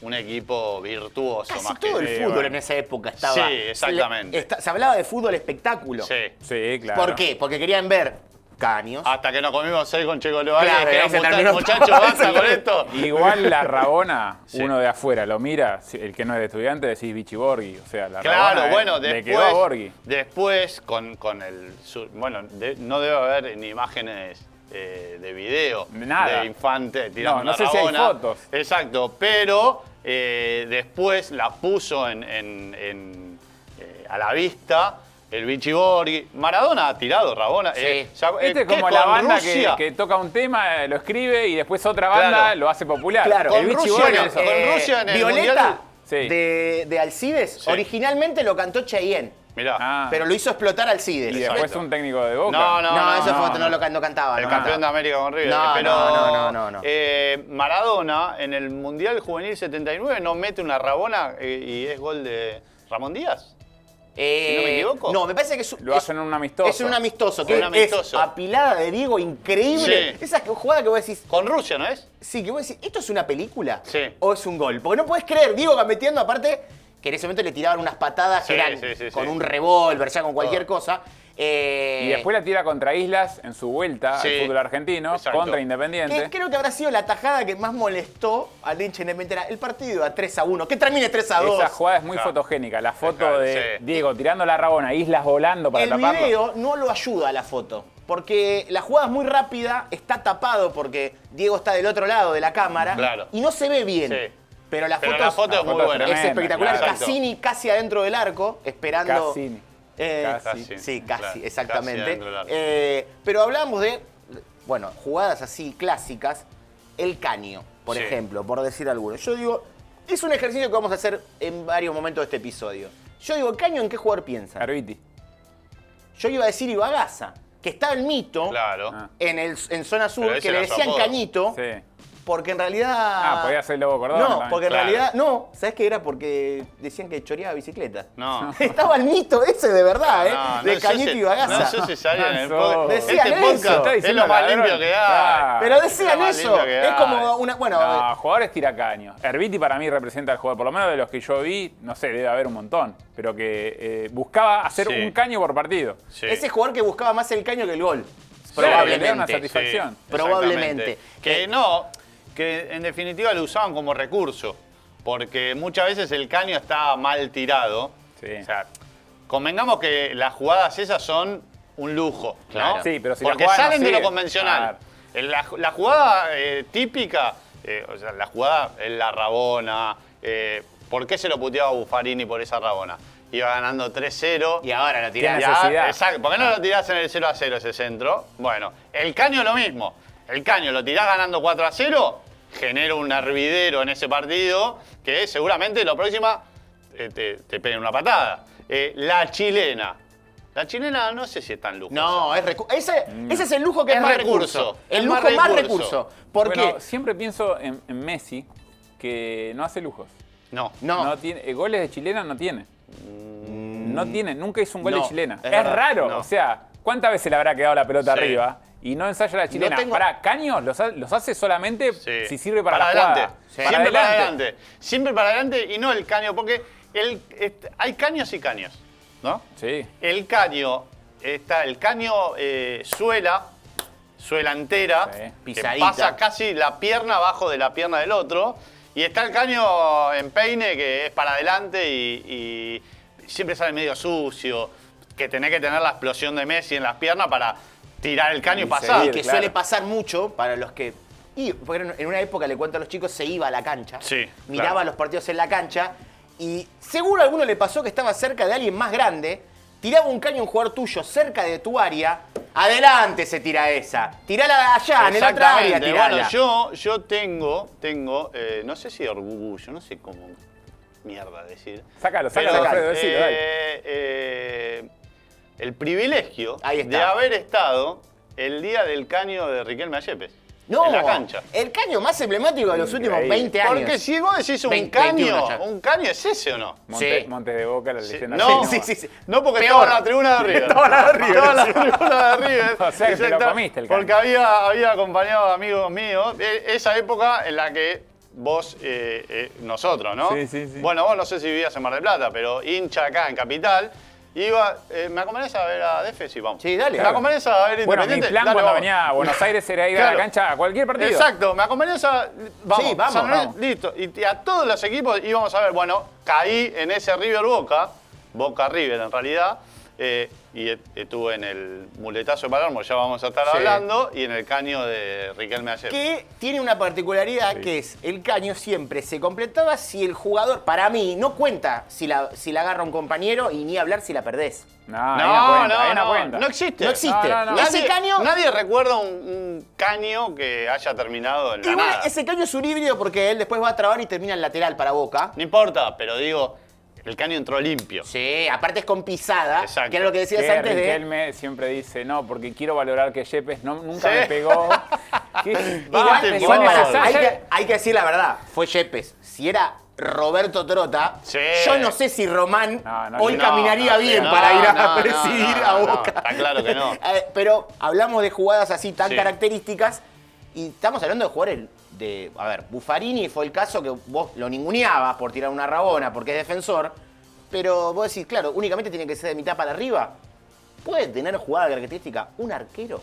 [SPEAKER 6] un equipo virtuoso
[SPEAKER 5] Casi
[SPEAKER 6] más
[SPEAKER 5] todo
[SPEAKER 6] que
[SPEAKER 5] el fútbol en esa época estaba...
[SPEAKER 6] Sí, exactamente.
[SPEAKER 5] Se, le- esta- se hablaba de fútbol espectáculo.
[SPEAKER 6] Sí.
[SPEAKER 7] Sí, claro.
[SPEAKER 5] ¿Por qué? Porque querían ver caños.
[SPEAKER 6] Hasta que nos comimos seis con Checolovaria
[SPEAKER 5] Claro,
[SPEAKER 6] y
[SPEAKER 5] ahí se
[SPEAKER 6] dijeron,
[SPEAKER 5] terminó
[SPEAKER 6] muchachos,
[SPEAKER 5] todo,
[SPEAKER 6] basta
[SPEAKER 5] se
[SPEAKER 6] con
[SPEAKER 5] terminó.
[SPEAKER 6] esto.
[SPEAKER 7] Igual la Rabona,
[SPEAKER 6] Sí.
[SPEAKER 7] uno de afuera lo mira, si- el que no es de estudiante, decís Vichy Borghi. O sea, la
[SPEAKER 6] Claro,
[SPEAKER 7] Rabona, eh,
[SPEAKER 6] bueno,
[SPEAKER 7] le quedó a
[SPEAKER 6] después,
[SPEAKER 7] Borghi.
[SPEAKER 6] después con, con el... su- Bueno, de- no debe haber ni imágenes eh, de video
[SPEAKER 7] Nada.
[SPEAKER 6] de Infante
[SPEAKER 7] No,
[SPEAKER 6] tirando
[SPEAKER 7] no
[SPEAKER 6] una
[SPEAKER 7] sé si hay
[SPEAKER 6] rabona.
[SPEAKER 7] fotos.
[SPEAKER 6] Exacto, pero eh, después la puso en, en- en, eh, a la vista el Vichy Borghi. Maradona ha tirado rabona.
[SPEAKER 5] Sí.
[SPEAKER 6] eh, ya- eh,
[SPEAKER 7] Este es
[SPEAKER 6] ¿qué,
[SPEAKER 7] como la
[SPEAKER 6] con
[SPEAKER 7] banda que,
[SPEAKER 6] Rusia?
[SPEAKER 7] que toca un tema, eh, lo escribe y después otra banda
[SPEAKER 6] Claro.
[SPEAKER 7] lo hace popular.
[SPEAKER 5] Claro.
[SPEAKER 7] El
[SPEAKER 6] Con
[SPEAKER 7] Vichy
[SPEAKER 6] Rusia,
[SPEAKER 7] Borghi
[SPEAKER 6] no,
[SPEAKER 7] es eso.
[SPEAKER 6] con Rusia en el Mundial-
[SPEAKER 5] Eh, Violeta
[SPEAKER 7] Sí.
[SPEAKER 5] de, de Alcides,
[SPEAKER 6] Sí.
[SPEAKER 5] originalmente lo cantó Cheyenne,
[SPEAKER 6] Mirá.
[SPEAKER 7] Ah.
[SPEAKER 5] pero lo hizo explotar Alcides.
[SPEAKER 7] Y después un técnico de Boca.
[SPEAKER 6] No,
[SPEAKER 5] no, eso fue otro, no, lo can- no cantaba.
[SPEAKER 6] El
[SPEAKER 5] Ah, no
[SPEAKER 6] campeón de
[SPEAKER 5] cantaba.
[SPEAKER 6] América con River.
[SPEAKER 5] No,
[SPEAKER 6] pero,
[SPEAKER 5] no, no, no, no.
[SPEAKER 6] eh, Maradona en el Mundial Juvenil 79 no mete una rabona eh, y es gol de Ramón Díaz.
[SPEAKER 5] Eh,
[SPEAKER 6] si no me equivoco.
[SPEAKER 5] No, me parece que es,
[SPEAKER 7] Lo
[SPEAKER 5] es-
[SPEAKER 7] hacen en un amistoso.
[SPEAKER 5] Es un amistoso, que
[SPEAKER 6] Un amistoso.
[SPEAKER 5] es apilada de Diego, increíble.
[SPEAKER 6] Sí.
[SPEAKER 5] Esa jugada que vos decís,
[SPEAKER 6] Con Rusia, ¿no es?
[SPEAKER 5] sí, que vos decís, ¿esto es una película?
[SPEAKER 6] Sí.
[SPEAKER 5] ¿O es un gol? Porque no puedes creer, Diego metiendo, aparte, que en ese momento le tiraban unas patadas que
[SPEAKER 6] Sí,
[SPEAKER 5] eran
[SPEAKER 6] sí, sí,
[SPEAKER 5] con
[SPEAKER 6] sí. Ah.
[SPEAKER 5] un revólver, ya con cualquier cosa. Eh,
[SPEAKER 7] Y después la tira contra Islas en su vuelta
[SPEAKER 6] Sí.
[SPEAKER 7] al fútbol argentino,
[SPEAKER 6] Exacto.
[SPEAKER 7] contra
[SPEAKER 5] que
[SPEAKER 7] Independiente.
[SPEAKER 5] creo que habrá sido la tajada que más molestó al hincha independiente. Era el partido a 3 a 1. Que termine 3 a 2.
[SPEAKER 7] Esa jugada es muy
[SPEAKER 6] Claro.
[SPEAKER 7] fotogénica. La foto
[SPEAKER 6] Claro,
[SPEAKER 7] de
[SPEAKER 6] sí.
[SPEAKER 7] Diego tirando la rabona, Islas volando para
[SPEAKER 5] el
[SPEAKER 7] taparlo.
[SPEAKER 5] video no lo ayuda a la foto. Porque la jugada es muy rápida, está tapado porque Diego está del otro lado de la cámara.
[SPEAKER 6] Claro.
[SPEAKER 5] Y no se ve bien.
[SPEAKER 6] Sí.
[SPEAKER 5] Pero la
[SPEAKER 6] Pero
[SPEAKER 5] foto,
[SPEAKER 6] la
[SPEAKER 5] es-
[SPEAKER 6] foto es muy buena.
[SPEAKER 5] es
[SPEAKER 7] tremenda,
[SPEAKER 5] espectacular.
[SPEAKER 6] claro.
[SPEAKER 5] Cassini casi adentro del arco, esperando.
[SPEAKER 7] Cassini.
[SPEAKER 5] Eh,
[SPEAKER 6] Casi.
[SPEAKER 5] Sí, casi,
[SPEAKER 6] Claro,
[SPEAKER 5] exactamente.
[SPEAKER 6] casi adentro del arco.
[SPEAKER 5] Eh, pero hablamos de, bueno, jugadas así clásicas. El caño, por
[SPEAKER 6] Sí.
[SPEAKER 5] ejemplo, por decir alguno. Yo digo, es un ejercicio que vamos a hacer en varios momentos de este episodio. Yo digo, ¿caño en qué jugador piensa?
[SPEAKER 7] Arbiti.
[SPEAKER 5] Yo iba a decir Ibagaza, que está el mito
[SPEAKER 6] Claro.
[SPEAKER 7] Ah.
[SPEAKER 5] en, el, en zona sur,
[SPEAKER 6] Pero ese
[SPEAKER 5] que le
[SPEAKER 6] era su
[SPEAKER 5] decían
[SPEAKER 6] apodo.
[SPEAKER 5] cañito,
[SPEAKER 7] Sí.
[SPEAKER 5] porque en realidad.
[SPEAKER 7] Ah, podía ser Lobo Cordón.
[SPEAKER 5] No,
[SPEAKER 7] también.
[SPEAKER 5] porque en
[SPEAKER 6] Claro.
[SPEAKER 5] realidad. No, ¿sabes qué era? Porque decían que choreaba bicicleta.
[SPEAKER 6] No.
[SPEAKER 5] Estaba el mito ese de verdad, ¿eh?
[SPEAKER 6] No, no
[SPEAKER 5] de
[SPEAKER 6] sos-
[SPEAKER 5] Cañito y Bagaza.
[SPEAKER 6] No sos cesárea en el
[SPEAKER 7] Eso.
[SPEAKER 6] podcast.
[SPEAKER 5] Decían
[SPEAKER 6] este
[SPEAKER 5] eso.
[SPEAKER 6] podcast
[SPEAKER 5] Está
[SPEAKER 6] es
[SPEAKER 7] diciendo
[SPEAKER 6] lo más
[SPEAKER 7] ladrón.
[SPEAKER 6] limpio que hay.
[SPEAKER 7] Ah.
[SPEAKER 5] Pero decían
[SPEAKER 6] Es lo más
[SPEAKER 5] eso.
[SPEAKER 6] limpio que
[SPEAKER 5] Es
[SPEAKER 6] hay.
[SPEAKER 5] como una. Bueno, eh,
[SPEAKER 7] No, jugadores tiracaños. Herbiti para mí representa al jugador, por lo menos de los que yo vi, no sé, debe haber un montón, pero que eh, buscaba hacer
[SPEAKER 6] Sí.
[SPEAKER 7] un caño por partido.
[SPEAKER 6] Sí.
[SPEAKER 5] ese jugador que buscaba más el caño que el gol.
[SPEAKER 7] le da una
[SPEAKER 5] Probablemente.
[SPEAKER 6] Sí,
[SPEAKER 7] satisfacción.
[SPEAKER 5] Probablemente. Eh.
[SPEAKER 6] exactamente. Que no, que en definitiva lo usaban como recurso. Porque muchas veces el caño está mal tirado.
[SPEAKER 7] Sí.
[SPEAKER 6] O sea, convengamos que las jugadas esas son un lujo. ¿no?
[SPEAKER 7] Claro. Sí, pero si la
[SPEAKER 6] Porque
[SPEAKER 7] jugada no
[SPEAKER 6] salen de lo
[SPEAKER 7] sirve.
[SPEAKER 6] convencional. Eh,
[SPEAKER 7] Claro.
[SPEAKER 6] La, la jugada eh, típica, eh, o sea, la jugada en la rabona. eh, ¿Por qué se lo puteaba a Buffarini por esa rabona? Iba ganando 3-0.
[SPEAKER 5] Y ahora lo
[SPEAKER 7] Tiene
[SPEAKER 5] tirás.
[SPEAKER 6] Ya,
[SPEAKER 7] necesidad.
[SPEAKER 6] exacto. ¿Por qué no lo tirás en el 0 a 0 ese centro? Bueno, el caño lo mismo. El caño lo tirás ganando 4 a 0, genera un hervidero en ese partido que seguramente la próxima eh, te, te peguen una patada. Eh, la chilena. La chilena no sé si es tan lujosa.
[SPEAKER 5] No, es recu- ese, ese es el lujo que es,
[SPEAKER 6] Es
[SPEAKER 5] más
[SPEAKER 6] recurso.
[SPEAKER 5] recurso. El
[SPEAKER 6] Es
[SPEAKER 5] lujo
[SPEAKER 6] más
[SPEAKER 5] más recurso.
[SPEAKER 6] recurso.
[SPEAKER 5] ¿Por
[SPEAKER 7] bueno,
[SPEAKER 5] qué?
[SPEAKER 7] siempre pienso en, en Messi, que no hace lujos.
[SPEAKER 6] No.
[SPEAKER 5] No.
[SPEAKER 7] tiene, eh, goles de chilena no tiene. No
[SPEAKER 6] Mm.
[SPEAKER 7] tiene, nunca hizo un gol
[SPEAKER 5] No,
[SPEAKER 7] de chilena.
[SPEAKER 5] es
[SPEAKER 7] Es,
[SPEAKER 5] verdad,
[SPEAKER 7] raro,
[SPEAKER 6] no.
[SPEAKER 7] o sea, ¿cuántas veces le habrá quedado la pelota
[SPEAKER 6] Sí.
[SPEAKER 7] arriba y no ensaya la chilena?
[SPEAKER 5] tengo-
[SPEAKER 7] Para caños los, ha- los hace solamente
[SPEAKER 6] Sí.
[SPEAKER 7] si sirve para, la
[SPEAKER 6] adelante.
[SPEAKER 7] jugada.
[SPEAKER 6] Sí. Siempre para adelante. Siempre para adelante y no el caño, porque el, este, hay caños y caños, ¿no?
[SPEAKER 7] Sí.
[SPEAKER 6] El caño, está el caño eh, suela, suela entera,
[SPEAKER 7] Sí,
[SPEAKER 6] que
[SPEAKER 5] pisadita.
[SPEAKER 6] pasa casi la pierna abajo de la pierna del otro. Y está el caño en peine, que es para adelante y, y siempre sale medio sucio. Que tenés que tener la explosión de Messi en las piernas para tirar el caño y,
[SPEAKER 7] Y
[SPEAKER 6] pasar.
[SPEAKER 7] seguir.
[SPEAKER 5] que
[SPEAKER 7] claro.
[SPEAKER 5] suele pasar mucho para los que. Y porque en una época le cuento a los chicos, se iba a la cancha.
[SPEAKER 6] Sí,
[SPEAKER 5] Miraba
[SPEAKER 6] claro.
[SPEAKER 5] los partidos en la cancha. Y seguro a alguno le pasó que estaba cerca de alguien más grande. Tiraba un caño a un jugador tuyo cerca de tu área. Adelante se tira esa. Tirala allá, en el otro área.
[SPEAKER 6] Exactamente.
[SPEAKER 5] Tirala.
[SPEAKER 6] Bueno, yo, yo tengo, tengo, eh, no sé si orgullo, no sé cómo mierda decir.
[SPEAKER 7] Sácalo,
[SPEAKER 6] Pero,
[SPEAKER 7] sácalo, Alfredo, decilo, dale.
[SPEAKER 6] eh, eh, el privilegio
[SPEAKER 5] Ahí está.
[SPEAKER 6] de haber estado el día del caño de Riquelme a Yepes.
[SPEAKER 5] no,
[SPEAKER 6] En la cancha.
[SPEAKER 5] El caño más emblemático de los últimos
[SPEAKER 7] Increíble.
[SPEAKER 5] 20 años.
[SPEAKER 6] Porque si vos decís un
[SPEAKER 5] 20,
[SPEAKER 6] caño,
[SPEAKER 5] 21 ya.
[SPEAKER 6] un caño es ese o no.
[SPEAKER 7] Monte-
[SPEAKER 5] Sí.
[SPEAKER 7] Montes de Boca, la
[SPEAKER 6] Sí,
[SPEAKER 7] leyenda.
[SPEAKER 6] No,
[SPEAKER 7] argentina.
[SPEAKER 5] sí, sí, sí.
[SPEAKER 6] no porque
[SPEAKER 5] Peor.
[SPEAKER 6] estaba en la tribuna de River.
[SPEAKER 5] Estaba en la de River.
[SPEAKER 6] Estaba en la tribuna de River.
[SPEAKER 7] O sea, que te lo
[SPEAKER 6] Exacto,
[SPEAKER 7] comiste el
[SPEAKER 6] Porque
[SPEAKER 7] caño.
[SPEAKER 6] había, había acompañado a amigos míos. E- Esa época en la que vos, eh, eh, nosotros, ¿no?
[SPEAKER 7] Sí, sí, sí.
[SPEAKER 6] Bueno, vos no sé si vivías en Mar del Plata, pero hincha acá en Capital. Iba, eh, ¿me acompañás a ver a Defes? Sí, vamos.
[SPEAKER 5] Sí, dale.
[SPEAKER 6] ¿Me acompañás a ver
[SPEAKER 7] Bueno, mi
[SPEAKER 6] Independiente?
[SPEAKER 7] plan
[SPEAKER 6] Dale,
[SPEAKER 7] cuando
[SPEAKER 6] vamos.
[SPEAKER 7] venía a Buenos Aires era ir a
[SPEAKER 6] Claro.
[SPEAKER 7] la cancha a cualquier partido.
[SPEAKER 6] Exacto, me acompañás a. Vamos,
[SPEAKER 5] Sí, vamos,
[SPEAKER 6] San Lorenzo,
[SPEAKER 5] vamos.
[SPEAKER 6] Listo. Y t- a todos los equipos íbamos a ver, bueno, caí en ese River Boca, Boca River en realidad. eh, y eh, estuve en el muletazo de Palermo, ya vamos a estar
[SPEAKER 5] Sí.
[SPEAKER 6] hablando, y en el caño de Riquelme ayer.
[SPEAKER 5] Que tiene una particularidad que es el caño siempre se completaba si el jugador, para mí, no cuenta si la, si la agarra un compañero y ni hablar si la perdés.
[SPEAKER 7] No, Ah, ahí no,
[SPEAKER 6] No,
[SPEAKER 7] cuenta, ahí
[SPEAKER 6] no,
[SPEAKER 7] no
[SPEAKER 6] no,
[SPEAKER 7] cuenta.
[SPEAKER 6] no existe.
[SPEAKER 5] No existe.
[SPEAKER 7] No, no, no.
[SPEAKER 5] Ese
[SPEAKER 6] Nadie,
[SPEAKER 5] caño.
[SPEAKER 6] nadie recuerda un, un caño que haya terminado en la
[SPEAKER 5] Igual
[SPEAKER 6] nada.
[SPEAKER 5] ese caño es un híbrido porque él después va a trabar y termina en lateral para boca.
[SPEAKER 6] No importa, pero digo, el caño entró limpio.
[SPEAKER 5] Sí, aparte es con pisada,
[SPEAKER 6] Exacto.
[SPEAKER 5] que era lo que decías
[SPEAKER 7] Que
[SPEAKER 5] antes de.
[SPEAKER 7] Riquelme siempre dice, no, porque quiero valorar que Yepes no- nunca
[SPEAKER 6] Sí.
[SPEAKER 7] me pegó. ¿Qué?
[SPEAKER 6] Igual-
[SPEAKER 7] empezó
[SPEAKER 6] igual
[SPEAKER 7] a
[SPEAKER 6] para-
[SPEAKER 7] necesitar-
[SPEAKER 5] hay, que, hay que decir la verdad, fue Yepes. Si era Roberto Trota,
[SPEAKER 6] Sí.
[SPEAKER 5] yo no sé si Román
[SPEAKER 7] No, no,
[SPEAKER 5] hoy
[SPEAKER 7] no,
[SPEAKER 5] caminaría
[SPEAKER 6] no,
[SPEAKER 5] bien
[SPEAKER 6] no,
[SPEAKER 5] para ir a
[SPEAKER 6] no, no,
[SPEAKER 5] presidir
[SPEAKER 6] no,
[SPEAKER 5] a
[SPEAKER 6] no,
[SPEAKER 5] Boca.
[SPEAKER 6] está claro que no.
[SPEAKER 5] Eh, Pero hablamos de jugadas así tan
[SPEAKER 6] Sí.
[SPEAKER 5] características y estamos hablando de jugadores de... A ver, Buffarini fue el caso que vos lo ninguneabas por tirar una rabona porque es defensor, pero vos decís, claro, únicamente tiene que ser de mitad para arriba. ¿Puede tener jugada característica un arquero?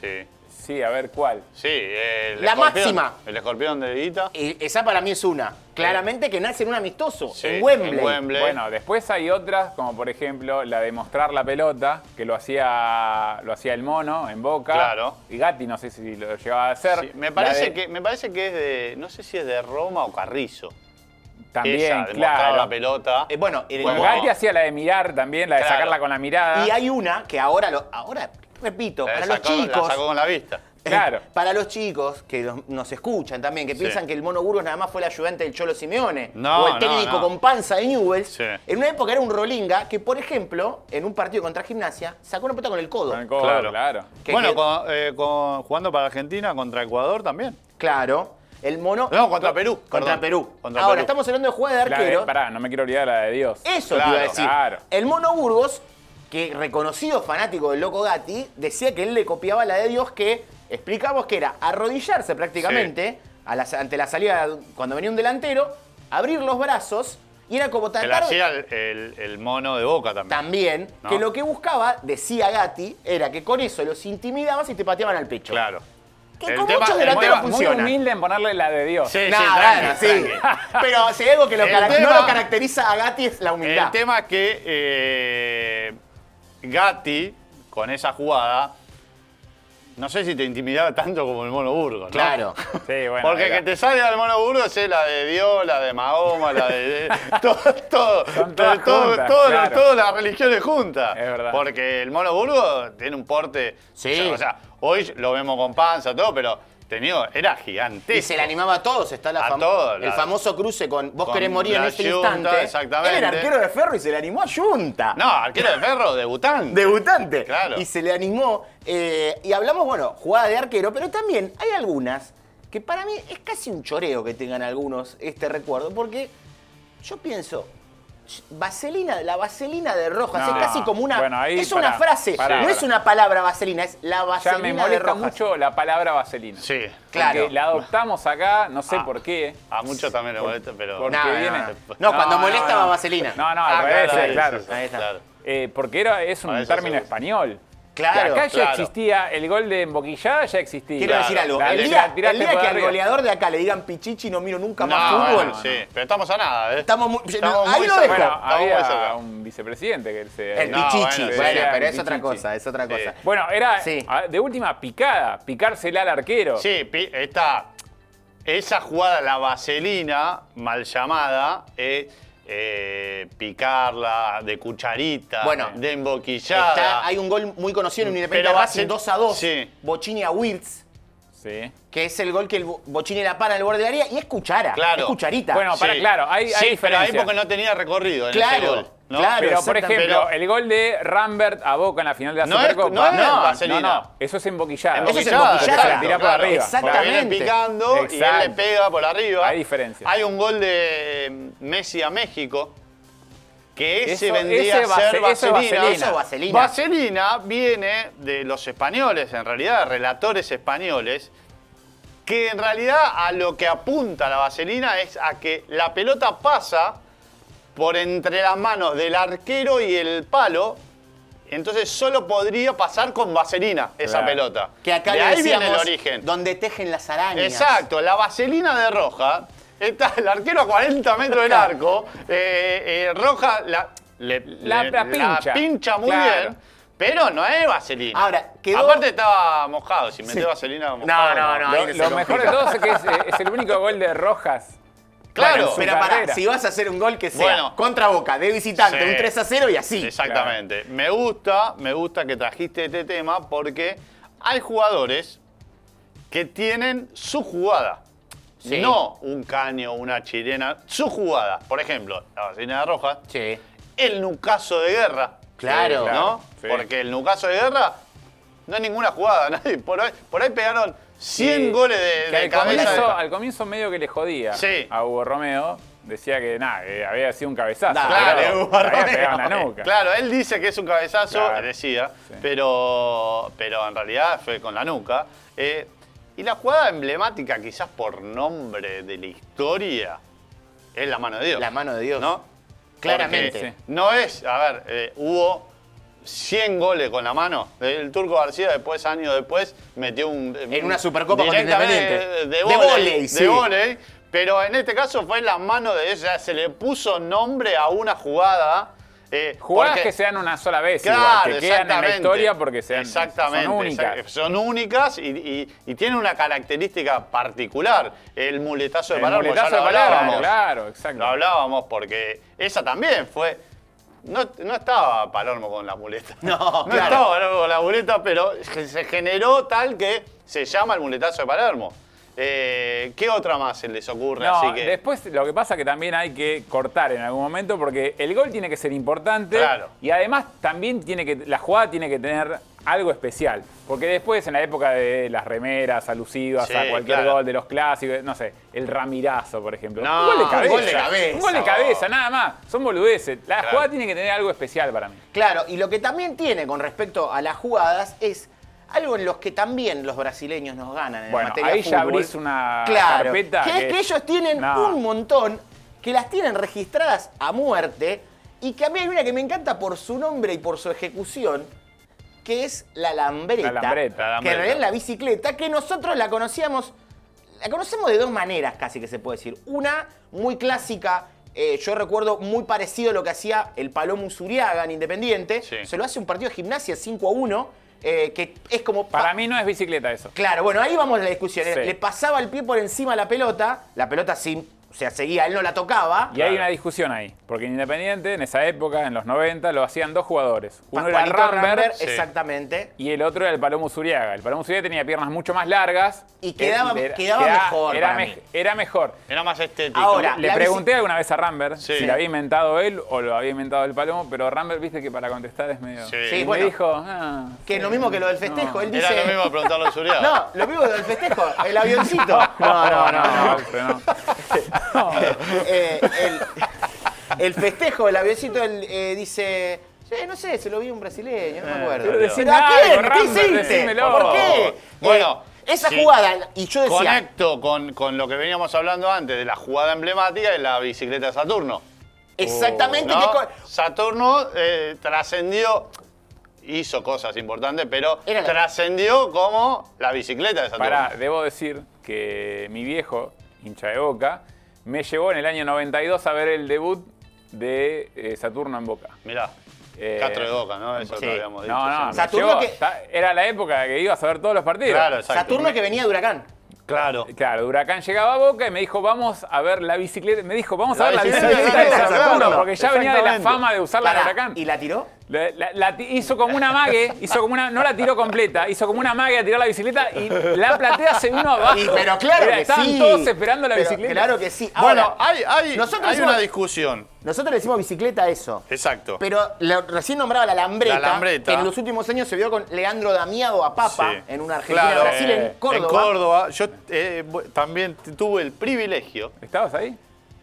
[SPEAKER 6] Sí.
[SPEAKER 7] Sí, a ver cuál.
[SPEAKER 6] Sí, el
[SPEAKER 5] La
[SPEAKER 6] escorpión,
[SPEAKER 5] máxima.
[SPEAKER 6] El escorpión de Guita.
[SPEAKER 5] Eh, Esa para mí es una. Claramente que nace en un amistoso,
[SPEAKER 6] Sí,
[SPEAKER 5] en Wembley.
[SPEAKER 6] en Wembley.
[SPEAKER 7] Bueno, después hay otras, como por ejemplo la de mostrar la pelota, que lo hacía lo hacía el mono en Boca.
[SPEAKER 6] Claro.
[SPEAKER 7] Y Gatti, no sé si lo llevaba a hacer.
[SPEAKER 6] Sí, me,
[SPEAKER 7] La
[SPEAKER 6] parece
[SPEAKER 7] de-
[SPEAKER 6] que, me parece que es de. No sé si es de Roma o Carrizo.
[SPEAKER 7] También,
[SPEAKER 6] Ella, de mostrar
[SPEAKER 7] claro.
[SPEAKER 6] la pelota.
[SPEAKER 5] Eh, bueno, en el-
[SPEAKER 7] Bueno,
[SPEAKER 6] Bueno.
[SPEAKER 7] Gatti hacía la de mirar también, la de
[SPEAKER 6] Claro.
[SPEAKER 7] sacarla con la mirada.
[SPEAKER 5] Y hay una que ahora, lo- ahora repito,
[SPEAKER 6] La
[SPEAKER 5] para
[SPEAKER 6] sacó-
[SPEAKER 5] los
[SPEAKER 6] La sacó
[SPEAKER 5] chicos,
[SPEAKER 6] con la vista.
[SPEAKER 7] Claro.
[SPEAKER 5] Eh, para los chicos que nos- nos escuchan también, que
[SPEAKER 6] Sí.
[SPEAKER 5] piensan que el Mono Burgos nada más fue el ayudante del Cholo Simeone,
[SPEAKER 6] No,
[SPEAKER 5] o el
[SPEAKER 6] no,
[SPEAKER 5] técnico
[SPEAKER 6] no.
[SPEAKER 5] con panza de Newells,
[SPEAKER 6] Sí.
[SPEAKER 5] en una época era un rolinga que, por ejemplo, en un partido contra Gimnasia, sacó una pelota con el codo.
[SPEAKER 7] Con el codo,
[SPEAKER 6] Claro.
[SPEAKER 7] claro.
[SPEAKER 5] Que-
[SPEAKER 6] bueno,
[SPEAKER 5] que-
[SPEAKER 6] con- eh, con- jugando para Argentina contra Ecuador también.
[SPEAKER 5] Claro, el Mono...
[SPEAKER 6] No, contra Perú,
[SPEAKER 5] Contra
[SPEAKER 6] perdón.
[SPEAKER 5] Perú.
[SPEAKER 6] Contra
[SPEAKER 5] ahora,
[SPEAKER 6] Perú.
[SPEAKER 5] estamos hablando de jugada de
[SPEAKER 7] La de-
[SPEAKER 5] arquero.
[SPEAKER 7] pará, no me quiero olvidar la de Dios.
[SPEAKER 5] Eso te
[SPEAKER 6] Claro,
[SPEAKER 5] iba a decir.
[SPEAKER 7] claro.
[SPEAKER 5] El Mono Burgos, que reconocido fanático del Loco Gatti, decía que él le copiaba la de Dios que explicamos que era arrodillarse prácticamente a la- ante la salida cuando venía un delantero, abrir los brazos y era como
[SPEAKER 6] Que
[SPEAKER 5] tratar
[SPEAKER 6] la hacía el, el- el mono de boca también.
[SPEAKER 5] también
[SPEAKER 6] No.
[SPEAKER 5] que lo que buscaba, decía Gatti, era que con eso los intimidabas y te pateaban al pecho.
[SPEAKER 6] Claro.
[SPEAKER 5] Que
[SPEAKER 6] El
[SPEAKER 5] con
[SPEAKER 6] tema-
[SPEAKER 5] muchos
[SPEAKER 6] el
[SPEAKER 7] Muy,
[SPEAKER 5] delanteros
[SPEAKER 6] tema-
[SPEAKER 7] muy
[SPEAKER 5] funciona.
[SPEAKER 7] humilde en ponerle la de Dios.
[SPEAKER 6] Sí, sí,
[SPEAKER 5] Nada,
[SPEAKER 6] tranqui,
[SPEAKER 5] sí. Pero si hay algo que lo
[SPEAKER 6] El
[SPEAKER 5] cara- no
[SPEAKER 6] tema-
[SPEAKER 5] lo caracteriza a Gatti es la humildad.
[SPEAKER 6] El tema es que eh, Gatti, con esa jugada, no sé si te intimidaba tanto como el mono Burgos, ¿no?
[SPEAKER 5] Claro.
[SPEAKER 7] Sí, bueno.
[SPEAKER 6] Porque
[SPEAKER 7] era-
[SPEAKER 6] que te salga el mono Burgos es la de Dios, la de Mahoma, la de. de- todo, todo.
[SPEAKER 7] Son todas
[SPEAKER 6] todo-
[SPEAKER 7] juntas,
[SPEAKER 6] todo-
[SPEAKER 7] claro.
[SPEAKER 6] todas las religiones juntas.
[SPEAKER 7] Es verdad.
[SPEAKER 6] Porque el mono Burgos tiene un porte.
[SPEAKER 5] Sí.
[SPEAKER 6] O sea, o sea, hoy lo vemos con panza, todo, pero tenía, era gigantesco.
[SPEAKER 5] Y se le animaba a todos, está la
[SPEAKER 6] A
[SPEAKER 5] fam-
[SPEAKER 6] todos,
[SPEAKER 5] el
[SPEAKER 6] la-
[SPEAKER 5] famoso cruce con vos
[SPEAKER 6] con
[SPEAKER 5] querés morir en
[SPEAKER 6] la
[SPEAKER 5] este
[SPEAKER 6] Yunta,
[SPEAKER 5] instante.
[SPEAKER 6] exactamente.
[SPEAKER 5] Él era arquero de ferro y se le animó a Junta.
[SPEAKER 6] No, arquero de ferro, debutante.
[SPEAKER 5] Debutante.
[SPEAKER 6] Claro.
[SPEAKER 5] Y se le animó. eh, y hablamos, bueno, jugada de arquero, pero también hay algunas que para mí es casi un choreo que tengan algunos este recuerdo, porque yo pienso. Vaselina, la vaselina de Rojas
[SPEAKER 7] No.
[SPEAKER 5] es casi como una.
[SPEAKER 7] Bueno, ahí
[SPEAKER 5] es
[SPEAKER 7] pará,
[SPEAKER 5] una frase,
[SPEAKER 7] pará,
[SPEAKER 5] no
[SPEAKER 7] pará.
[SPEAKER 5] es una palabra vaselina, es la
[SPEAKER 7] Ya
[SPEAKER 5] vaselina
[SPEAKER 7] me
[SPEAKER 5] de
[SPEAKER 7] molesta
[SPEAKER 5] Rojas.
[SPEAKER 7] mucho la palabra vaselina.
[SPEAKER 6] Sí.
[SPEAKER 5] Claro.
[SPEAKER 7] Porque la adoptamos acá, no sé
[SPEAKER 6] Ah.
[SPEAKER 7] por qué.
[SPEAKER 6] A muchos también le molesta, pero.
[SPEAKER 7] Porque
[SPEAKER 5] No, no,
[SPEAKER 7] viene-
[SPEAKER 5] no. No, cuando molesta va vaselina.
[SPEAKER 7] No, no, al
[SPEAKER 6] Ah,
[SPEAKER 7] revés,
[SPEAKER 6] claro,
[SPEAKER 7] eh, claro.
[SPEAKER 6] sí, sí,
[SPEAKER 5] Ahí está.
[SPEAKER 6] claro.
[SPEAKER 7] Eh, porque era, es un
[SPEAKER 6] Para eso
[SPEAKER 7] término
[SPEAKER 6] se usa.
[SPEAKER 7] español.
[SPEAKER 5] Claro,
[SPEAKER 7] acá ya
[SPEAKER 6] claro.
[SPEAKER 7] existía, el gol de Emboquillada, ya existía.
[SPEAKER 5] Quiero decir
[SPEAKER 6] Claro,
[SPEAKER 5] algo.
[SPEAKER 7] La-
[SPEAKER 5] El
[SPEAKER 7] la-
[SPEAKER 5] día,
[SPEAKER 7] la tiraste
[SPEAKER 5] el día
[SPEAKER 7] por
[SPEAKER 5] que al
[SPEAKER 7] arriba.
[SPEAKER 5] goleador de acá le digan Pichichi no miro nunca más
[SPEAKER 6] No,
[SPEAKER 5] fútbol.
[SPEAKER 6] bueno, sí. Pero estamos a nada, ¿eh?
[SPEAKER 5] Estamos muy-
[SPEAKER 6] Estamos
[SPEAKER 5] ahí
[SPEAKER 6] muy
[SPEAKER 5] lo
[SPEAKER 6] cerca.
[SPEAKER 5] dejo.
[SPEAKER 7] Bueno,
[SPEAKER 5] Claro,
[SPEAKER 6] Estamos muy cerca.
[SPEAKER 7] había un vicepresidente que se.
[SPEAKER 5] El
[SPEAKER 6] No,
[SPEAKER 5] Pichichi.
[SPEAKER 6] bueno,
[SPEAKER 5] Bueno,
[SPEAKER 6] sí,
[SPEAKER 7] sí,
[SPEAKER 5] pero es
[SPEAKER 7] Pichichi.
[SPEAKER 5] otra cosa, es otra cosa.
[SPEAKER 7] Bueno, era
[SPEAKER 5] Sí.
[SPEAKER 7] ah, de última picada, picársela al arquero.
[SPEAKER 6] Sí, pi- está. Esa jugada, la vaselina, mal llamada, es eh, picarla de cucharita,
[SPEAKER 5] Bueno,
[SPEAKER 6] de emboquillada.
[SPEAKER 5] Está- hay un gol muy conocido en Independiente
[SPEAKER 6] Pero
[SPEAKER 5] de
[SPEAKER 6] va a
[SPEAKER 5] Racing
[SPEAKER 6] ser-
[SPEAKER 5] 2 a 2.
[SPEAKER 6] sí.
[SPEAKER 5] Bochini a Wirtz,
[SPEAKER 7] Sí.
[SPEAKER 5] que es el gol que el Bo- Bochini la para en el borde del área y es cuchara.
[SPEAKER 6] Claro.
[SPEAKER 5] Es cucharita.
[SPEAKER 7] Bueno, para, claro, hay- hay
[SPEAKER 6] sí, pero ahí
[SPEAKER 7] diferencias.
[SPEAKER 6] porque no tenía recorrido en
[SPEAKER 5] Claro,
[SPEAKER 6] ese gol. ¿no?
[SPEAKER 5] claro.
[SPEAKER 7] Pero, por
[SPEAKER 5] exactamente.
[SPEAKER 7] ejemplo,
[SPEAKER 6] Pero-
[SPEAKER 7] el gol de Rambert a Boca en la final de la
[SPEAKER 6] No es-
[SPEAKER 7] Supercopa.
[SPEAKER 6] no es vaselina.
[SPEAKER 7] eso es emboquillada.
[SPEAKER 5] Eso es
[SPEAKER 6] Emboquillada,
[SPEAKER 5] emboquillada.
[SPEAKER 6] claro,
[SPEAKER 7] Tirá por arriba.
[SPEAKER 6] Porque viene
[SPEAKER 5] Exactamente.
[SPEAKER 6] picando y él le
[SPEAKER 7] Exacto.
[SPEAKER 6] pega por arriba.
[SPEAKER 7] Hay diferencia.
[SPEAKER 6] Hay un gol de Messi a México que ese
[SPEAKER 7] Eso-
[SPEAKER 6] vendía
[SPEAKER 7] ese
[SPEAKER 6] a ser
[SPEAKER 7] vase- eso es
[SPEAKER 6] vaselina.
[SPEAKER 7] vaselina. Eso
[SPEAKER 5] es vaselina.
[SPEAKER 6] Vaselina viene de los españoles, en realidad, relatores españoles, que en realidad a lo que apunta la vaselina es a que la pelota pasa por entre las manos del arquero y el palo. Entonces solo podría pasar con vaselina esa
[SPEAKER 7] Claro.
[SPEAKER 6] pelota.
[SPEAKER 5] que acá
[SPEAKER 6] de
[SPEAKER 5] le
[SPEAKER 6] ahí
[SPEAKER 5] decíamos
[SPEAKER 6] viene el origen.
[SPEAKER 5] Donde tejen las arañas.
[SPEAKER 6] Exacto, la vaselina de Roja. Está el arquero a 40 metros del arco. eh, eh, Roja la- le,
[SPEAKER 7] La-
[SPEAKER 6] le-
[SPEAKER 7] la pincha.
[SPEAKER 6] muy
[SPEAKER 7] Claro.
[SPEAKER 6] bien, pero no es vaselina.
[SPEAKER 5] Ahora, quedó-
[SPEAKER 6] Aparte estaba mojado, si metés
[SPEAKER 5] Sí.
[SPEAKER 6] vaselina
[SPEAKER 5] No,
[SPEAKER 6] mojado.
[SPEAKER 5] no, no. ahí
[SPEAKER 7] Lo,
[SPEAKER 5] se
[SPEAKER 7] lo
[SPEAKER 5] complica.
[SPEAKER 7] mejor de todo es que es, eh, es el único gol de Rojas.
[SPEAKER 6] Claro,
[SPEAKER 7] Bueno, en su
[SPEAKER 5] Pero pará,
[SPEAKER 7] carrera.
[SPEAKER 5] si vas a hacer un gol que sea
[SPEAKER 6] Bueno.
[SPEAKER 5] contra Boca, de visitante,
[SPEAKER 6] Sí.
[SPEAKER 5] un 3 a 0 y así.
[SPEAKER 6] Exactamente. Me gusta, me gusta que trajiste este tema porque hay jugadores que tienen su jugada.
[SPEAKER 5] Sí.
[SPEAKER 6] No un caño, una chilena, su jugada. Por ejemplo, la vacina de Roja,
[SPEAKER 5] Sí.
[SPEAKER 6] el nucaso de guerra.
[SPEAKER 5] Claro.
[SPEAKER 6] ¿No?
[SPEAKER 7] Sí.
[SPEAKER 6] Porque el nucaso de guerra no es ninguna jugada. nadie- Por ahí, por ahí pegaron 100
[SPEAKER 7] Sí.
[SPEAKER 6] goles de,
[SPEAKER 7] Que
[SPEAKER 6] de
[SPEAKER 7] al,
[SPEAKER 6] cabeza.
[SPEAKER 7] comienzo,
[SPEAKER 6] de-
[SPEAKER 7] al comienzo medio que le jodía
[SPEAKER 6] Sí.
[SPEAKER 7] a Hugo Romeo. Decía que nada, que había sido un cabezazo.
[SPEAKER 5] Dale,
[SPEAKER 7] pero
[SPEAKER 5] Hugo
[SPEAKER 7] había
[SPEAKER 5] Romeo.
[SPEAKER 7] pegado en la nuca.
[SPEAKER 6] Claro, él dice que es un cabezazo,
[SPEAKER 7] Claro.
[SPEAKER 6] decía, pero, pero en realidad fue con la nuca. Eh, y la jugada emblemática, quizás por nombre de la historia, es la mano de Dios.
[SPEAKER 5] La mano de Dios.
[SPEAKER 6] ¿No?
[SPEAKER 5] Claramente.
[SPEAKER 6] Porque no es, a ver, eh, hubo 100 goles con la mano. El Turco García, después, años después, metió un. eh,
[SPEAKER 5] En una Supercopa contra
[SPEAKER 6] directamente
[SPEAKER 5] Independiente.
[SPEAKER 6] De
[SPEAKER 5] De
[SPEAKER 6] volei.
[SPEAKER 5] vóley,
[SPEAKER 6] De
[SPEAKER 5] sí.
[SPEAKER 6] vóley, Pero en este caso fue la mano de ella. Se le puso nombre a una jugada. eh,
[SPEAKER 7] Jugadas
[SPEAKER 6] porque-
[SPEAKER 7] que sean una sola vez,
[SPEAKER 6] Claro,
[SPEAKER 7] igual, que quedan en la
[SPEAKER 6] exactamente.
[SPEAKER 7] historia porque sean,
[SPEAKER 6] Exactamente,
[SPEAKER 7] son únicas.
[SPEAKER 6] exact- Son únicas y, y- y tienen una característica particular. El muletazo de
[SPEAKER 7] El
[SPEAKER 6] Palermo. ya
[SPEAKER 7] muletazo
[SPEAKER 6] lo
[SPEAKER 7] de Palermo,
[SPEAKER 6] hablábamos.
[SPEAKER 7] claro, exacto.
[SPEAKER 6] Lo hablábamos porque esa también fue. No, no estaba Palermo con la muleta.
[SPEAKER 5] No,
[SPEAKER 6] no
[SPEAKER 5] claro.
[SPEAKER 6] estaba Palermo con la muleta, pero se se generó tal que se llama el muletazo de Palermo. Eh, ¿Qué otra más se les ocurre?
[SPEAKER 7] No,
[SPEAKER 6] Así que,
[SPEAKER 7] después lo que pasa es que también hay que cortar en algún momento porque el gol tiene que ser importante
[SPEAKER 6] Claro.
[SPEAKER 7] y además también tiene que la jugada tiene que tener algo especial, porque después en la época de las remeras alusivas
[SPEAKER 6] Sí,
[SPEAKER 7] a cualquier
[SPEAKER 6] claro.
[SPEAKER 7] gol de los clásicos, no sé, el Ramirazo, por ejemplo,
[SPEAKER 6] No,
[SPEAKER 7] un gol de
[SPEAKER 6] un
[SPEAKER 7] cabeza,
[SPEAKER 5] gol de cabeza.
[SPEAKER 7] un gol de cabeza, nada más, son boludeces. La
[SPEAKER 6] Claro.
[SPEAKER 7] jugada tiene que tener algo especial para mí.
[SPEAKER 5] Claro, y lo que también tiene con respecto a las jugadas es algo en los que también los brasileños nos ganan en
[SPEAKER 7] Bueno,
[SPEAKER 5] materia de
[SPEAKER 7] ahí ya
[SPEAKER 5] fútbol.
[SPEAKER 7] abrís una
[SPEAKER 5] claro,
[SPEAKER 7] carpeta
[SPEAKER 5] Que es
[SPEAKER 7] que-
[SPEAKER 5] que ellos tienen
[SPEAKER 7] No.
[SPEAKER 5] un montón que las tienen registradas a muerte y que a mí hay una que me encanta por su nombre y por su ejecución, que es la lambreta.
[SPEAKER 7] La lambreta,
[SPEAKER 6] la
[SPEAKER 5] Que en
[SPEAKER 6] lambreta.
[SPEAKER 5] realidad es la bicicleta, que nosotros la conocíamos, la conocemos de dos maneras casi que se puede decir. Una muy clásica, eh, yo recuerdo muy parecido a lo que hacía el Palomo Usuriaga en Independiente.
[SPEAKER 6] Sí.
[SPEAKER 5] Se lo hace un partido de gimnasia 5 a 1, eh, que es como... pa-
[SPEAKER 7] Para mí no es bicicleta eso.
[SPEAKER 5] Claro, bueno, ahí vamos a la discusión. ¿eh?
[SPEAKER 7] Sí.
[SPEAKER 5] Le pasaba el pie por encima a la pelota, la pelota sí, o sea, seguía, él no la tocaba.
[SPEAKER 7] Y hay una discusión ahí, porque en Independiente, en esa época, en los 90, lo hacían dos jugadores. Uno era
[SPEAKER 5] Juanito
[SPEAKER 7] Rambert,
[SPEAKER 5] Rambert,
[SPEAKER 6] sí.
[SPEAKER 5] Exactamente.
[SPEAKER 7] y el otro era el Palomo Zuriaga. El Palomo Zuriaga tenía piernas mucho más largas. Eh,
[SPEAKER 5] Y quedaba-
[SPEAKER 7] Era-
[SPEAKER 5] quedaba mejor
[SPEAKER 7] Era,
[SPEAKER 5] para mí.
[SPEAKER 7] era mejor.
[SPEAKER 6] era más estético.
[SPEAKER 5] Ahora,
[SPEAKER 7] Le
[SPEAKER 5] La
[SPEAKER 7] pregunté alguna vez a Rambert
[SPEAKER 6] Sí.
[SPEAKER 7] si lo había inventado él o lo había inventado el Palomo, pero Rambert, viste que para contestar es medio...
[SPEAKER 6] Sí.
[SPEAKER 7] Y
[SPEAKER 6] Sí,
[SPEAKER 7] me
[SPEAKER 5] bueno.
[SPEAKER 7] dijo... ah,
[SPEAKER 5] Que es lo mismo que lo del festejo, él dice...
[SPEAKER 6] era lo mismo preguntarlo en Suriado.
[SPEAKER 5] No, lo mismo que lo del festejo, el avioncito. No, no, no. no.
[SPEAKER 7] Alfred, no.
[SPEAKER 5] Eh, el, el festejo, el avioncito, él, eh, dice. "Sí, no sé, se lo vi a un brasileño, no me acuerdo.
[SPEAKER 7] Eh, pero decime
[SPEAKER 5] ¿a
[SPEAKER 7] algo,
[SPEAKER 5] quién? ¿Qué
[SPEAKER 7] Rambert,
[SPEAKER 5] hiciste?
[SPEAKER 7] decímelo.
[SPEAKER 5] ¿Por qué?
[SPEAKER 6] Bueno,
[SPEAKER 5] Eh, esa
[SPEAKER 6] sí.
[SPEAKER 5] jugada, y yo decía.
[SPEAKER 6] Conecto con, con lo que veníamos hablando antes de la jugada emblemática de la bicicleta de Saturno.
[SPEAKER 5] exactamente.
[SPEAKER 6] ¿no?
[SPEAKER 5] que co-
[SPEAKER 6] Saturno eh, trascendió, hizo cosas importantes, pero
[SPEAKER 5] Era la-
[SPEAKER 6] trascendió como la bicicleta de Saturno.
[SPEAKER 7] Pará, debo decir que mi viejo, hincha de Boca, me llevó en el año 92 a ver el debut de eh, Saturno en Boca.
[SPEAKER 6] Mirá,
[SPEAKER 7] Eh,
[SPEAKER 6] Castro de Boca, ¿no? Eso
[SPEAKER 5] sí.
[SPEAKER 6] lo habíamos dicho.
[SPEAKER 7] No, no, me
[SPEAKER 6] siempre.
[SPEAKER 5] Saturno
[SPEAKER 7] llevó-
[SPEAKER 5] que-
[SPEAKER 7] ta- era la época que ibas a ver todos los partidos.
[SPEAKER 6] Claro, exacto.
[SPEAKER 5] Saturno que venía de huracán.
[SPEAKER 6] Claro.
[SPEAKER 7] Eh, Claro, Huracán llegaba a Boca y me dijo, vamos a ver la bicicleta. Me dijo, vamos a
[SPEAKER 6] La
[SPEAKER 7] ver la
[SPEAKER 6] bicicleta
[SPEAKER 7] bicicleta
[SPEAKER 6] de
[SPEAKER 7] de
[SPEAKER 6] Saturno,
[SPEAKER 7] Saturno, porque ya venía de la
[SPEAKER 6] exactamente.
[SPEAKER 7] fama de usarla en
[SPEAKER 5] Pará,
[SPEAKER 7] Huracán.
[SPEAKER 5] ¿Y la tiró?
[SPEAKER 7] La- la- la ti- hizo como una mague, hizo como una, no la tiró completa, hizo como una mague a tirar la bicicleta y la platea se vino abajo.
[SPEAKER 5] Y- pero claro
[SPEAKER 7] Era-
[SPEAKER 5] que
[SPEAKER 7] Estaban
[SPEAKER 5] sí.
[SPEAKER 7] todos esperando la
[SPEAKER 5] Pero
[SPEAKER 7] bicicleta. ah.
[SPEAKER 5] Claro que sí.
[SPEAKER 6] Bueno,
[SPEAKER 5] Ahora,
[SPEAKER 6] hay, hay,
[SPEAKER 5] nosotros
[SPEAKER 6] hay
[SPEAKER 5] hicimos-
[SPEAKER 6] una discusión.
[SPEAKER 5] Nosotros le decimos bicicleta a eso.
[SPEAKER 6] Exacto.
[SPEAKER 5] Pero la- recién nombraba la lambreta,
[SPEAKER 6] La lambreta.
[SPEAKER 5] que en los últimos años se vio con Leandro Damiado a Papa
[SPEAKER 6] Sí.
[SPEAKER 5] en una Argentina-Brasil
[SPEAKER 6] Claro. Eh,
[SPEAKER 5] en Córdoba.
[SPEAKER 6] En Córdoba. Yo eh, bu- también tuve el privilegio
[SPEAKER 7] ¿Estabas ahí?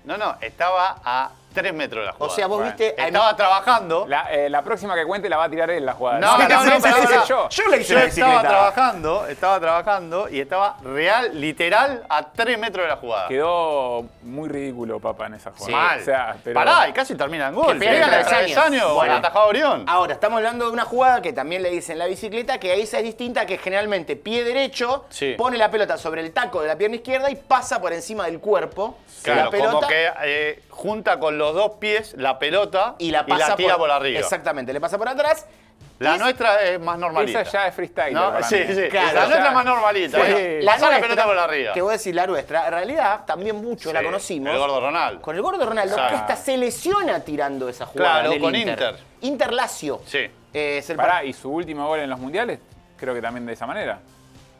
[SPEAKER 6] No, no, estaba a 3 metros de la jugada.
[SPEAKER 5] O sea, vos
[SPEAKER 7] Bueno,
[SPEAKER 5] viste. a-
[SPEAKER 6] Estaba trabajando.
[SPEAKER 7] La, eh, la próxima que cuente la va a tirar él la jugada.
[SPEAKER 6] No, no, no,
[SPEAKER 5] Sí, sí,
[SPEAKER 6] pará,
[SPEAKER 5] sí,
[SPEAKER 6] pará.
[SPEAKER 5] sí.
[SPEAKER 7] yo.
[SPEAKER 5] Yo le hice
[SPEAKER 6] Yo
[SPEAKER 5] una
[SPEAKER 6] estaba
[SPEAKER 5] bicicleta.
[SPEAKER 6] trabajando, estaba trabajando y estaba real, literal, a 3 metros de la jugada.
[SPEAKER 7] Quedó muy ridículo, papá, en esa jugada.
[SPEAKER 6] Mal.
[SPEAKER 7] O sea, pero-
[SPEAKER 6] Pará, y casi termina en gol.
[SPEAKER 5] Que Ah, pega
[SPEAKER 6] Pega
[SPEAKER 5] el
[SPEAKER 6] el travesaño
[SPEAKER 5] travesaño.
[SPEAKER 6] o el
[SPEAKER 5] Bueno.
[SPEAKER 6] atajado Orión.
[SPEAKER 5] Ahora, estamos hablando de una jugada que también le dicen la bicicleta, que esa es distinta, que generalmente pie derecho
[SPEAKER 6] Sí.
[SPEAKER 5] pone la pelota sobre el taco de la pierna izquierda y pasa por encima del cuerpo de la
[SPEAKER 6] Claro,
[SPEAKER 5] pelota.
[SPEAKER 6] como que eh, junta con lo los dos pies la pelota
[SPEAKER 5] Y la pasa
[SPEAKER 6] tira por, arriba.
[SPEAKER 5] Exactamente, le pasa por atrás.
[SPEAKER 6] La nuestra es más normalita.
[SPEAKER 7] Esa ya es freestyle.
[SPEAKER 6] ¿No?
[SPEAKER 7] para
[SPEAKER 6] Sí,
[SPEAKER 7] mí.
[SPEAKER 6] sí.
[SPEAKER 5] Claro,
[SPEAKER 6] la
[SPEAKER 5] ya-
[SPEAKER 6] nuestra es más normalita.
[SPEAKER 5] Bueno,
[SPEAKER 6] ¿eh?
[SPEAKER 5] la
[SPEAKER 6] Pasa la
[SPEAKER 5] nuestra,
[SPEAKER 6] pelota por arriba.
[SPEAKER 5] Te voy a decir la nuestra. En realidad, también mucho la
[SPEAKER 6] Sí,
[SPEAKER 5] conocimos.
[SPEAKER 6] el gordo Ronaldo.
[SPEAKER 5] Con el gordo Ronaldo,
[SPEAKER 6] Exacto.
[SPEAKER 5] que hasta se lesiona tirando esa jugada.
[SPEAKER 6] Claro,
[SPEAKER 5] del
[SPEAKER 6] con
[SPEAKER 5] Inter.
[SPEAKER 6] Inter.
[SPEAKER 5] Lazio.
[SPEAKER 6] Sí.
[SPEAKER 5] Eh, es el
[SPEAKER 7] Pará, ¿y su último gol en los mundiales? Creo que también de esa manera.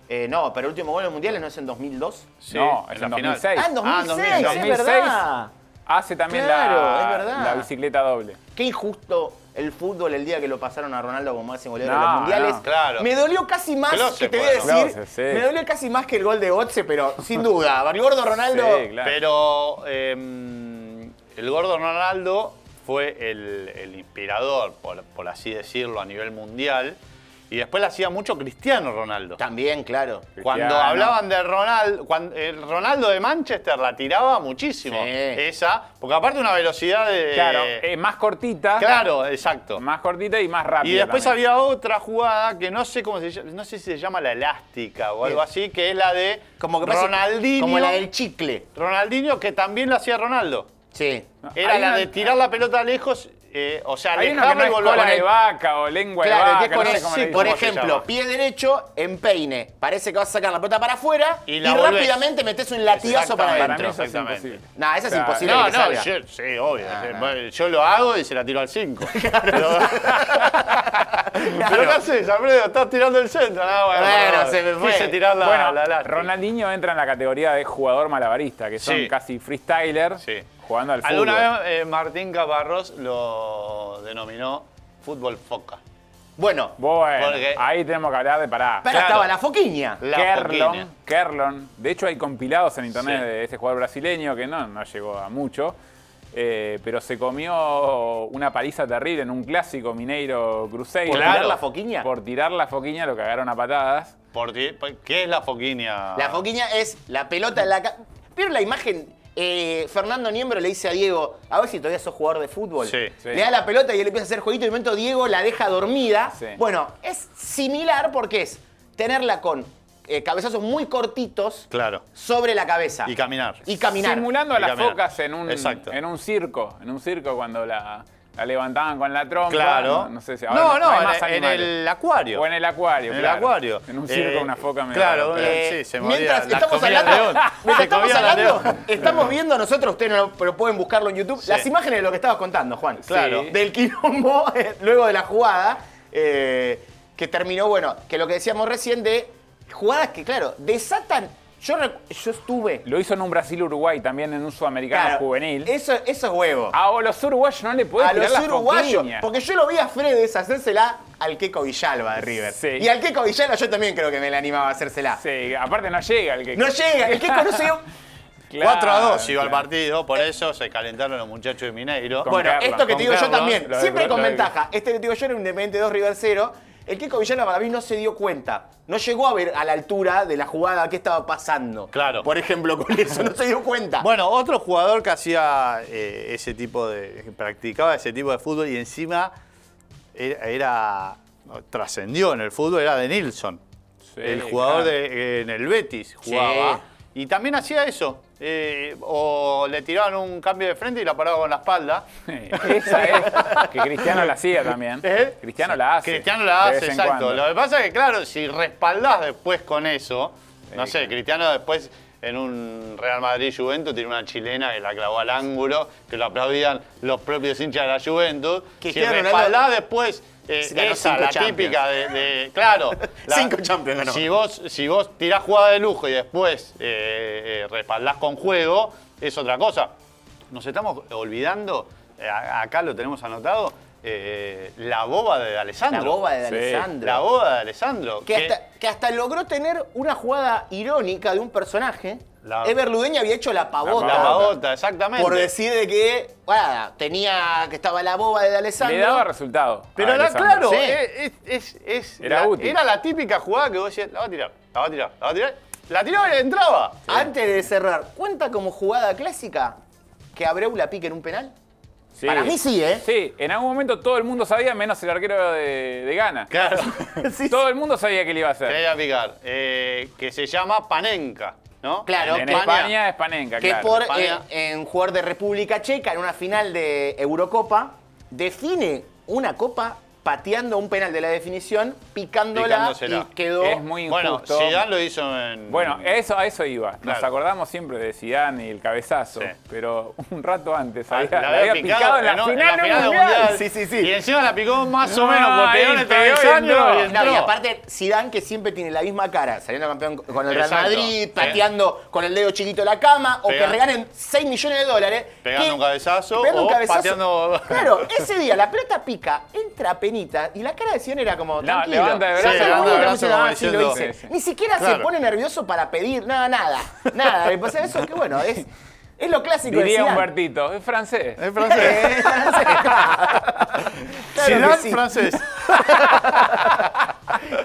[SPEAKER 5] Eh, no, pero el último gol en los mundiales no es en 2002.
[SPEAKER 6] Sí,
[SPEAKER 7] no, es en,
[SPEAKER 6] la final.
[SPEAKER 7] 2006.
[SPEAKER 5] Ah, en 2006,
[SPEAKER 6] en
[SPEAKER 5] es
[SPEAKER 7] 2006.
[SPEAKER 5] verdad.
[SPEAKER 7] Hace también
[SPEAKER 5] Claro, es
[SPEAKER 7] la,
[SPEAKER 5] verdad.
[SPEAKER 7] la bicicleta doble.
[SPEAKER 5] Qué injusto el fútbol el día que lo pasaron a Ronaldo como máximo goleador
[SPEAKER 7] No,
[SPEAKER 5] de los mundiales.
[SPEAKER 7] no,
[SPEAKER 6] Ah, claro.
[SPEAKER 5] Me dolió casi más,
[SPEAKER 6] Klose,
[SPEAKER 5] que te voy a
[SPEAKER 6] por
[SPEAKER 5] decir,
[SPEAKER 7] ejemplo. Klose, sí.
[SPEAKER 5] me dolió casi más que el gol de Otze, pero sin duda, el gordo Ronaldo...
[SPEAKER 7] Sí, claro.
[SPEAKER 6] Pero eh, el gordo Ronaldo fue el, el inspirador, por, por así decirlo, a nivel mundial. Y después la hacía mucho Cristiano Ronaldo.
[SPEAKER 5] También, claro.
[SPEAKER 6] Cuando
[SPEAKER 7] Cristiano.
[SPEAKER 6] hablaban de Ronaldo, cuando, el Ronaldo de Manchester la tiraba muchísimo.
[SPEAKER 5] Sí.
[SPEAKER 6] Esa, porque aparte una velocidad de.
[SPEAKER 7] Claro, eh, más cortita.
[SPEAKER 6] claro, exacto.
[SPEAKER 7] Más cortita y más rápida.
[SPEAKER 6] Y después
[SPEAKER 7] también.
[SPEAKER 6] había otra jugada que no sé cómo se llama, no sé si se llama la elástica o
[SPEAKER 7] Eh,
[SPEAKER 6] algo así, que es la de
[SPEAKER 5] Como que parece-
[SPEAKER 6] Ronaldinho.
[SPEAKER 5] Como la del chicle.
[SPEAKER 6] Ronaldinho, que también lo hacía Ronaldo.
[SPEAKER 5] Sí.
[SPEAKER 6] Era
[SPEAKER 7] Hay
[SPEAKER 6] la
[SPEAKER 7] una-
[SPEAKER 6] de tirar la pelota lejos, eh, o sea,
[SPEAKER 7] Hay uno que
[SPEAKER 6] alejarla
[SPEAKER 7] no
[SPEAKER 6] y
[SPEAKER 7] es
[SPEAKER 6] volver
[SPEAKER 7] cola
[SPEAKER 6] a
[SPEAKER 7] de vaca o lengua de
[SPEAKER 5] Claro, que
[SPEAKER 7] vaca.
[SPEAKER 5] es con
[SPEAKER 7] no sé
[SPEAKER 5] ese-
[SPEAKER 7] cómo le dicen.
[SPEAKER 5] por
[SPEAKER 6] se
[SPEAKER 5] ejemplo,
[SPEAKER 6] llama.
[SPEAKER 5] pie derecho, empeine. Parece que vas a sacar la pelota para afuera y,
[SPEAKER 6] Y la volvés.
[SPEAKER 5] rápidamente metes un latigazo para
[SPEAKER 6] Exactamente.
[SPEAKER 7] Para mí
[SPEAKER 5] adentro.
[SPEAKER 7] eso es
[SPEAKER 6] Exactamente.
[SPEAKER 7] imposible.
[SPEAKER 5] Nah, esa es
[SPEAKER 7] Claro.
[SPEAKER 5] imposible.
[SPEAKER 6] No,
[SPEAKER 5] que
[SPEAKER 6] no,
[SPEAKER 5] salga.
[SPEAKER 6] yo, sí, obvio. Bueno, Yo lo hago y se la tiro al 5. Pero, Pero ¿qué haces, Alfredo? Estás tirando el centro. No, bueno,
[SPEAKER 5] Bueno,
[SPEAKER 6] no,
[SPEAKER 5] se me fue.
[SPEAKER 6] Quise tirar la,
[SPEAKER 7] bueno,
[SPEAKER 6] la elástica.
[SPEAKER 7] Ronaldinho entra en la categoría de jugador malabarista, que son
[SPEAKER 6] Sí.
[SPEAKER 7] casi freestyler
[SPEAKER 6] Sí.
[SPEAKER 7] jugando al fútbol.
[SPEAKER 6] Alguna vez eh, Martín Caparrós lo denominó fútbol foca.
[SPEAKER 5] Bueno,
[SPEAKER 7] Bueno,
[SPEAKER 6] Porque-
[SPEAKER 7] ahí tenemos que hablar de pará.
[SPEAKER 5] pero
[SPEAKER 6] claro.
[SPEAKER 5] estaba la foquiña.
[SPEAKER 6] La foquina.
[SPEAKER 7] Kerlon, Kerlon. De hecho, hay compilados en internet
[SPEAKER 6] Sí.
[SPEAKER 7] de ese jugador brasileño que no, no llegó a mucho. eh, pero se comió una paliza terrible en un clásico Mineiro Cruzeiro.
[SPEAKER 5] ¿Por
[SPEAKER 6] Claro.
[SPEAKER 5] tirar la foquiña?
[SPEAKER 7] Por tirar la foquiña lo cagaron a patadas.
[SPEAKER 6] Por ti- por- ¿Qué es la foquinia?
[SPEAKER 5] La foquiña es la pelota en la... ca- ¿Vieron la imagen? Eh, Fernando Niembro le dice a Diego, a ver si todavía sos jugador de fútbol.
[SPEAKER 6] Sí,
[SPEAKER 7] sí.
[SPEAKER 5] Le da la pelota y él empieza a hacer jueguito y de momento Diego la deja dormida.
[SPEAKER 7] Sí.
[SPEAKER 5] Bueno, es similar porque es tenerla con eh, cabezazos muy cortitos
[SPEAKER 6] Claro.
[SPEAKER 5] sobre la cabeza.
[SPEAKER 6] Y caminar.
[SPEAKER 5] Y caminar.
[SPEAKER 7] Simulando a
[SPEAKER 6] Y
[SPEAKER 7] las
[SPEAKER 6] caminar.
[SPEAKER 7] focas en un,
[SPEAKER 6] Exacto.
[SPEAKER 7] en un circo. En un circo cuando la, la levantaban con la trompa.
[SPEAKER 6] Claro.
[SPEAKER 7] No, no sé si ahora
[SPEAKER 6] No, no,
[SPEAKER 7] hay
[SPEAKER 6] en-
[SPEAKER 7] más
[SPEAKER 6] en,
[SPEAKER 7] animales.
[SPEAKER 6] el acuario.
[SPEAKER 7] O en el acuario.
[SPEAKER 6] En el
[SPEAKER 7] claro.
[SPEAKER 6] acuario.
[SPEAKER 7] En un circo
[SPEAKER 6] Eh,
[SPEAKER 7] una foca me
[SPEAKER 6] Claro,
[SPEAKER 5] Eh,
[SPEAKER 6] sí, se movía.
[SPEAKER 5] mientras
[SPEAKER 6] la
[SPEAKER 5] estamos
[SPEAKER 6] comida
[SPEAKER 5] hablando,
[SPEAKER 6] de león.
[SPEAKER 5] mientras
[SPEAKER 6] Se
[SPEAKER 5] estamos,
[SPEAKER 6] comía la de
[SPEAKER 5] hablando,
[SPEAKER 6] león.
[SPEAKER 5] estamos viendo nosotros, ustedes no, pero pueden buscarlo en YouTube, las imágenes de lo que estabas contando, Juan.
[SPEAKER 6] Claro.
[SPEAKER 5] Del quilombo, eh, luego de la jugada, eh, que terminó, bueno, que lo que decíamos recién de jugadas que, claro, desatan. Yo, recu- yo estuve.
[SPEAKER 7] Lo hizo en un Brasil-Uruguay también, en un sudamericano
[SPEAKER 5] claro,
[SPEAKER 7] juvenil.
[SPEAKER 5] Eso, eso es huevo.
[SPEAKER 6] Ah,
[SPEAKER 7] A los uruguayos no le pueden
[SPEAKER 5] a
[SPEAKER 7] tirar
[SPEAKER 5] los
[SPEAKER 7] las
[SPEAKER 5] uruguayos.
[SPEAKER 7] foquiñas.
[SPEAKER 5] Porque yo lo vi a Fredes hacérsela al Keco Villalba de River.
[SPEAKER 7] Sí.
[SPEAKER 5] Y al Keco Villalba yo también creo que me le animaba a hacérsela.
[SPEAKER 7] Sí, aparte no llega el que...
[SPEAKER 5] No llega, el Keco no se dio-
[SPEAKER 6] 4 a 2 iba
[SPEAKER 7] al
[SPEAKER 6] al partido, por eso se calentaron los muchachos de Mineiro.
[SPEAKER 7] Con
[SPEAKER 5] Bueno,
[SPEAKER 7] Carlos,
[SPEAKER 5] esto que
[SPEAKER 7] con
[SPEAKER 5] te digo yo
[SPEAKER 7] Carlos,
[SPEAKER 5] también,
[SPEAKER 7] lo de-
[SPEAKER 5] siempre
[SPEAKER 7] lo
[SPEAKER 5] con
[SPEAKER 7] de-
[SPEAKER 5] ventaja. Este que te digo yo era un Independiente 2 River 0. El Kiko Villano para mí no se dio cuenta. No llegó a ver a la altura de la jugada que estaba pasando.
[SPEAKER 6] Claro.
[SPEAKER 5] Por ejemplo, con eso no se dio cuenta.
[SPEAKER 6] Bueno, otro jugador que hacía eh, ese tipo de. que practicaba ese tipo de fútbol y encima era. era- trascendió en el fútbol, era de Nilsson.
[SPEAKER 7] Sí,
[SPEAKER 6] el jugador
[SPEAKER 7] claro.
[SPEAKER 6] de, eh, en el Betis jugaba. Y también hacía eso. eh, o le tiraban un cambio de frente y la paraba con la espalda.
[SPEAKER 7] Esa es, que Cristiano la hacía también.
[SPEAKER 6] ¿Eh?
[SPEAKER 7] Cristiano la hace.
[SPEAKER 6] Cristiano la
[SPEAKER 7] de
[SPEAKER 6] hace,
[SPEAKER 7] vez en
[SPEAKER 6] exacto.
[SPEAKER 7] cuando.
[SPEAKER 6] Lo que pasa es que, claro, si respaldás después con eso, no
[SPEAKER 7] Sí,
[SPEAKER 6] sé, Cristiano después en un Real Madrid Juventus tiene una chilena que la clavó al ángulo, que lo aplaudían los propios hinchas de la Juventus. si
[SPEAKER 5] Cristiano Ronaldo-
[SPEAKER 6] respaldás después eh,
[SPEAKER 5] Se ganó
[SPEAKER 6] esa,
[SPEAKER 5] cinco
[SPEAKER 6] la
[SPEAKER 5] Champions.
[SPEAKER 6] típica de. de- claro. la-
[SPEAKER 5] Cinco Champions ganó.
[SPEAKER 6] Si vos, si vos tirás jugada de lujo y después eh, eh, respaldás con juego, es otra cosa. Nos estamos olvidando, eh, a- acá lo tenemos anotado, eh, la boba de Alessandro.
[SPEAKER 5] la boba de
[SPEAKER 7] Sí,
[SPEAKER 5] Alessandro.
[SPEAKER 6] La boba de Alessandro.
[SPEAKER 5] que, hasta, que hasta logró tener una jugada irónica de un personaje.
[SPEAKER 6] La-
[SPEAKER 5] Ever Ludeña había hecho la pavota.
[SPEAKER 6] La babota, exactamente.
[SPEAKER 5] Por decir de que, nada, tenía que estaba la boba de Alessandro.
[SPEAKER 7] Le daba resultado. a
[SPEAKER 6] Pero la,
[SPEAKER 7] Alessandro.
[SPEAKER 6] claro,
[SPEAKER 5] Sí.
[SPEAKER 6] es, es- es-
[SPEAKER 7] Era
[SPEAKER 6] la-
[SPEAKER 7] útil.
[SPEAKER 6] era la típica jugada que vos decías, la va a tirar, la va a tirar, la va a tirar. La tiraba y le entraba. Ah,
[SPEAKER 5] Antes de cerrar, ¿cuenta como jugada clásica que Abreu la pique en un penal?
[SPEAKER 7] Sí.
[SPEAKER 5] Para mí sí, ¿eh?
[SPEAKER 7] Sí, en algún momento todo el mundo sabía, menos el arquero de, de Ghana.
[SPEAKER 6] Claro.
[SPEAKER 5] Sí, sí.
[SPEAKER 7] Todo el mundo sabía que le iba a hacer.
[SPEAKER 6] Quería picar. eh, que se llama Panenka. ¿no?
[SPEAKER 5] Claro,
[SPEAKER 7] en
[SPEAKER 5] España.
[SPEAKER 7] España es Panenka,
[SPEAKER 5] que
[SPEAKER 7] claro.
[SPEAKER 5] por
[SPEAKER 6] España.
[SPEAKER 5] eh, en jugador de República Checa en una final de Eurocopa define una copa pateando un penal de la definición, picándola y
[SPEAKER 6] Picándosela.
[SPEAKER 5] quedó
[SPEAKER 7] Es muy
[SPEAKER 6] Bueno,
[SPEAKER 7] injusto.
[SPEAKER 6] Zidane lo hizo en.
[SPEAKER 7] Bueno, eso, a eso iba. Nos
[SPEAKER 6] Claro.
[SPEAKER 7] acordamos siempre de Zidane y el cabezazo,
[SPEAKER 6] Sí.
[SPEAKER 7] pero un rato antes
[SPEAKER 6] Ah,
[SPEAKER 7] había, la había picado, en la
[SPEAKER 6] no,
[SPEAKER 7] final, del
[SPEAKER 6] del
[SPEAKER 7] mundial.
[SPEAKER 5] Sí, sí, sí.
[SPEAKER 6] Y encima la picó más o
[SPEAKER 7] No,
[SPEAKER 6] menos, porque
[SPEAKER 7] ahí
[SPEAKER 6] pegó en el
[SPEAKER 7] pegó y
[SPEAKER 6] travesaño
[SPEAKER 7] entró.
[SPEAKER 6] y
[SPEAKER 5] No,
[SPEAKER 6] entró.
[SPEAKER 5] y aparte, Zidane que siempre tiene la misma cara, saliendo campeón con el Real
[SPEAKER 6] Exacto.
[SPEAKER 5] Madrid,
[SPEAKER 6] Sí.
[SPEAKER 5] pateando con el dedo chiquito la cama, o
[SPEAKER 6] Pega-
[SPEAKER 5] que reganen 6 millones de dólares.
[SPEAKER 6] Pegando
[SPEAKER 5] que-
[SPEAKER 6] un cabezazo
[SPEAKER 5] pegando un
[SPEAKER 6] o
[SPEAKER 5] cabezazo.
[SPEAKER 6] pateando-
[SPEAKER 5] Claro, ese día la pelota pica, entra penita, y la cara de Zidane era
[SPEAKER 7] No,
[SPEAKER 5] como, tranquilo.
[SPEAKER 7] levanta de
[SPEAKER 5] Sí,
[SPEAKER 7] brazo,
[SPEAKER 5] está
[SPEAKER 7] levanta
[SPEAKER 5] muy
[SPEAKER 7] de
[SPEAKER 5] bien,
[SPEAKER 6] brazo
[SPEAKER 5] dice, "Ah,
[SPEAKER 6] como
[SPEAKER 5] sí, lo
[SPEAKER 6] diciendo-
[SPEAKER 5] hice".
[SPEAKER 7] Sí, sí.
[SPEAKER 5] Ni siquiera se
[SPEAKER 6] Claro.
[SPEAKER 5] pone nervioso para pedir, nada, nada, nada. Le pasa eso que bueno, es, es lo clásico
[SPEAKER 7] Diría
[SPEAKER 5] de Zidane.
[SPEAKER 7] Humbertito, es francés.
[SPEAKER 6] Es francés.
[SPEAKER 5] Eh, Claro que
[SPEAKER 6] Zidane
[SPEAKER 5] sí.
[SPEAKER 6] francés.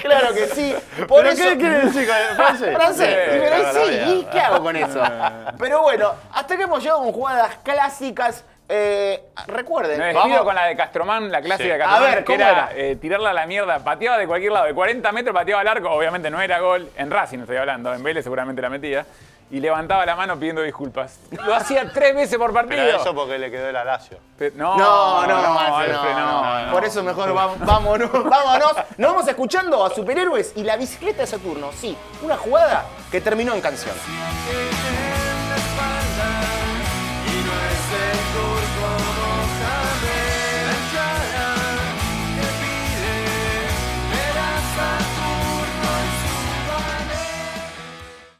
[SPEAKER 5] Claro que sí. Por
[SPEAKER 6] ¿Pero
[SPEAKER 5] eso,
[SPEAKER 6] qué quiere decir con el francés?
[SPEAKER 5] francés.
[SPEAKER 6] Eh,
[SPEAKER 5] Y pero
[SPEAKER 6] claro,
[SPEAKER 5] sí,
[SPEAKER 6] la
[SPEAKER 5] ¿y
[SPEAKER 6] verdad.
[SPEAKER 5] qué hago con eso? Pero bueno, hasta que hemos llegado con jugadas clásicas. eh, recuerden,
[SPEAKER 7] Me
[SPEAKER 5] vamos-
[SPEAKER 7] despido con la de Castromán, la clásica
[SPEAKER 6] Sí.
[SPEAKER 7] de Castromán,
[SPEAKER 5] A
[SPEAKER 7] que
[SPEAKER 5] ver, ¿cómo
[SPEAKER 7] era,
[SPEAKER 5] era?
[SPEAKER 7] eh, tirarla a la mierda, pateaba de cualquier lado, de 40 metros pateaba al arco, obviamente no era gol, en Racing no estoy hablando, en Vélez seguramente la metía, y levantaba la mano pidiendo disculpas. Lo hacía tres veces por partido.
[SPEAKER 6] Pero eso porque le quedó el Alacio.
[SPEAKER 7] Pe- No,
[SPEAKER 5] No, no, no,
[SPEAKER 7] Alfred,
[SPEAKER 5] no,
[SPEAKER 7] no.
[SPEAKER 5] Por eso mejor va- vámonos, vámonos. Nos vamos escuchando a Superhéroes y la bicicleta de Saturno. Sí, una jugada que terminó en canción.
[SPEAKER 8] Yeah.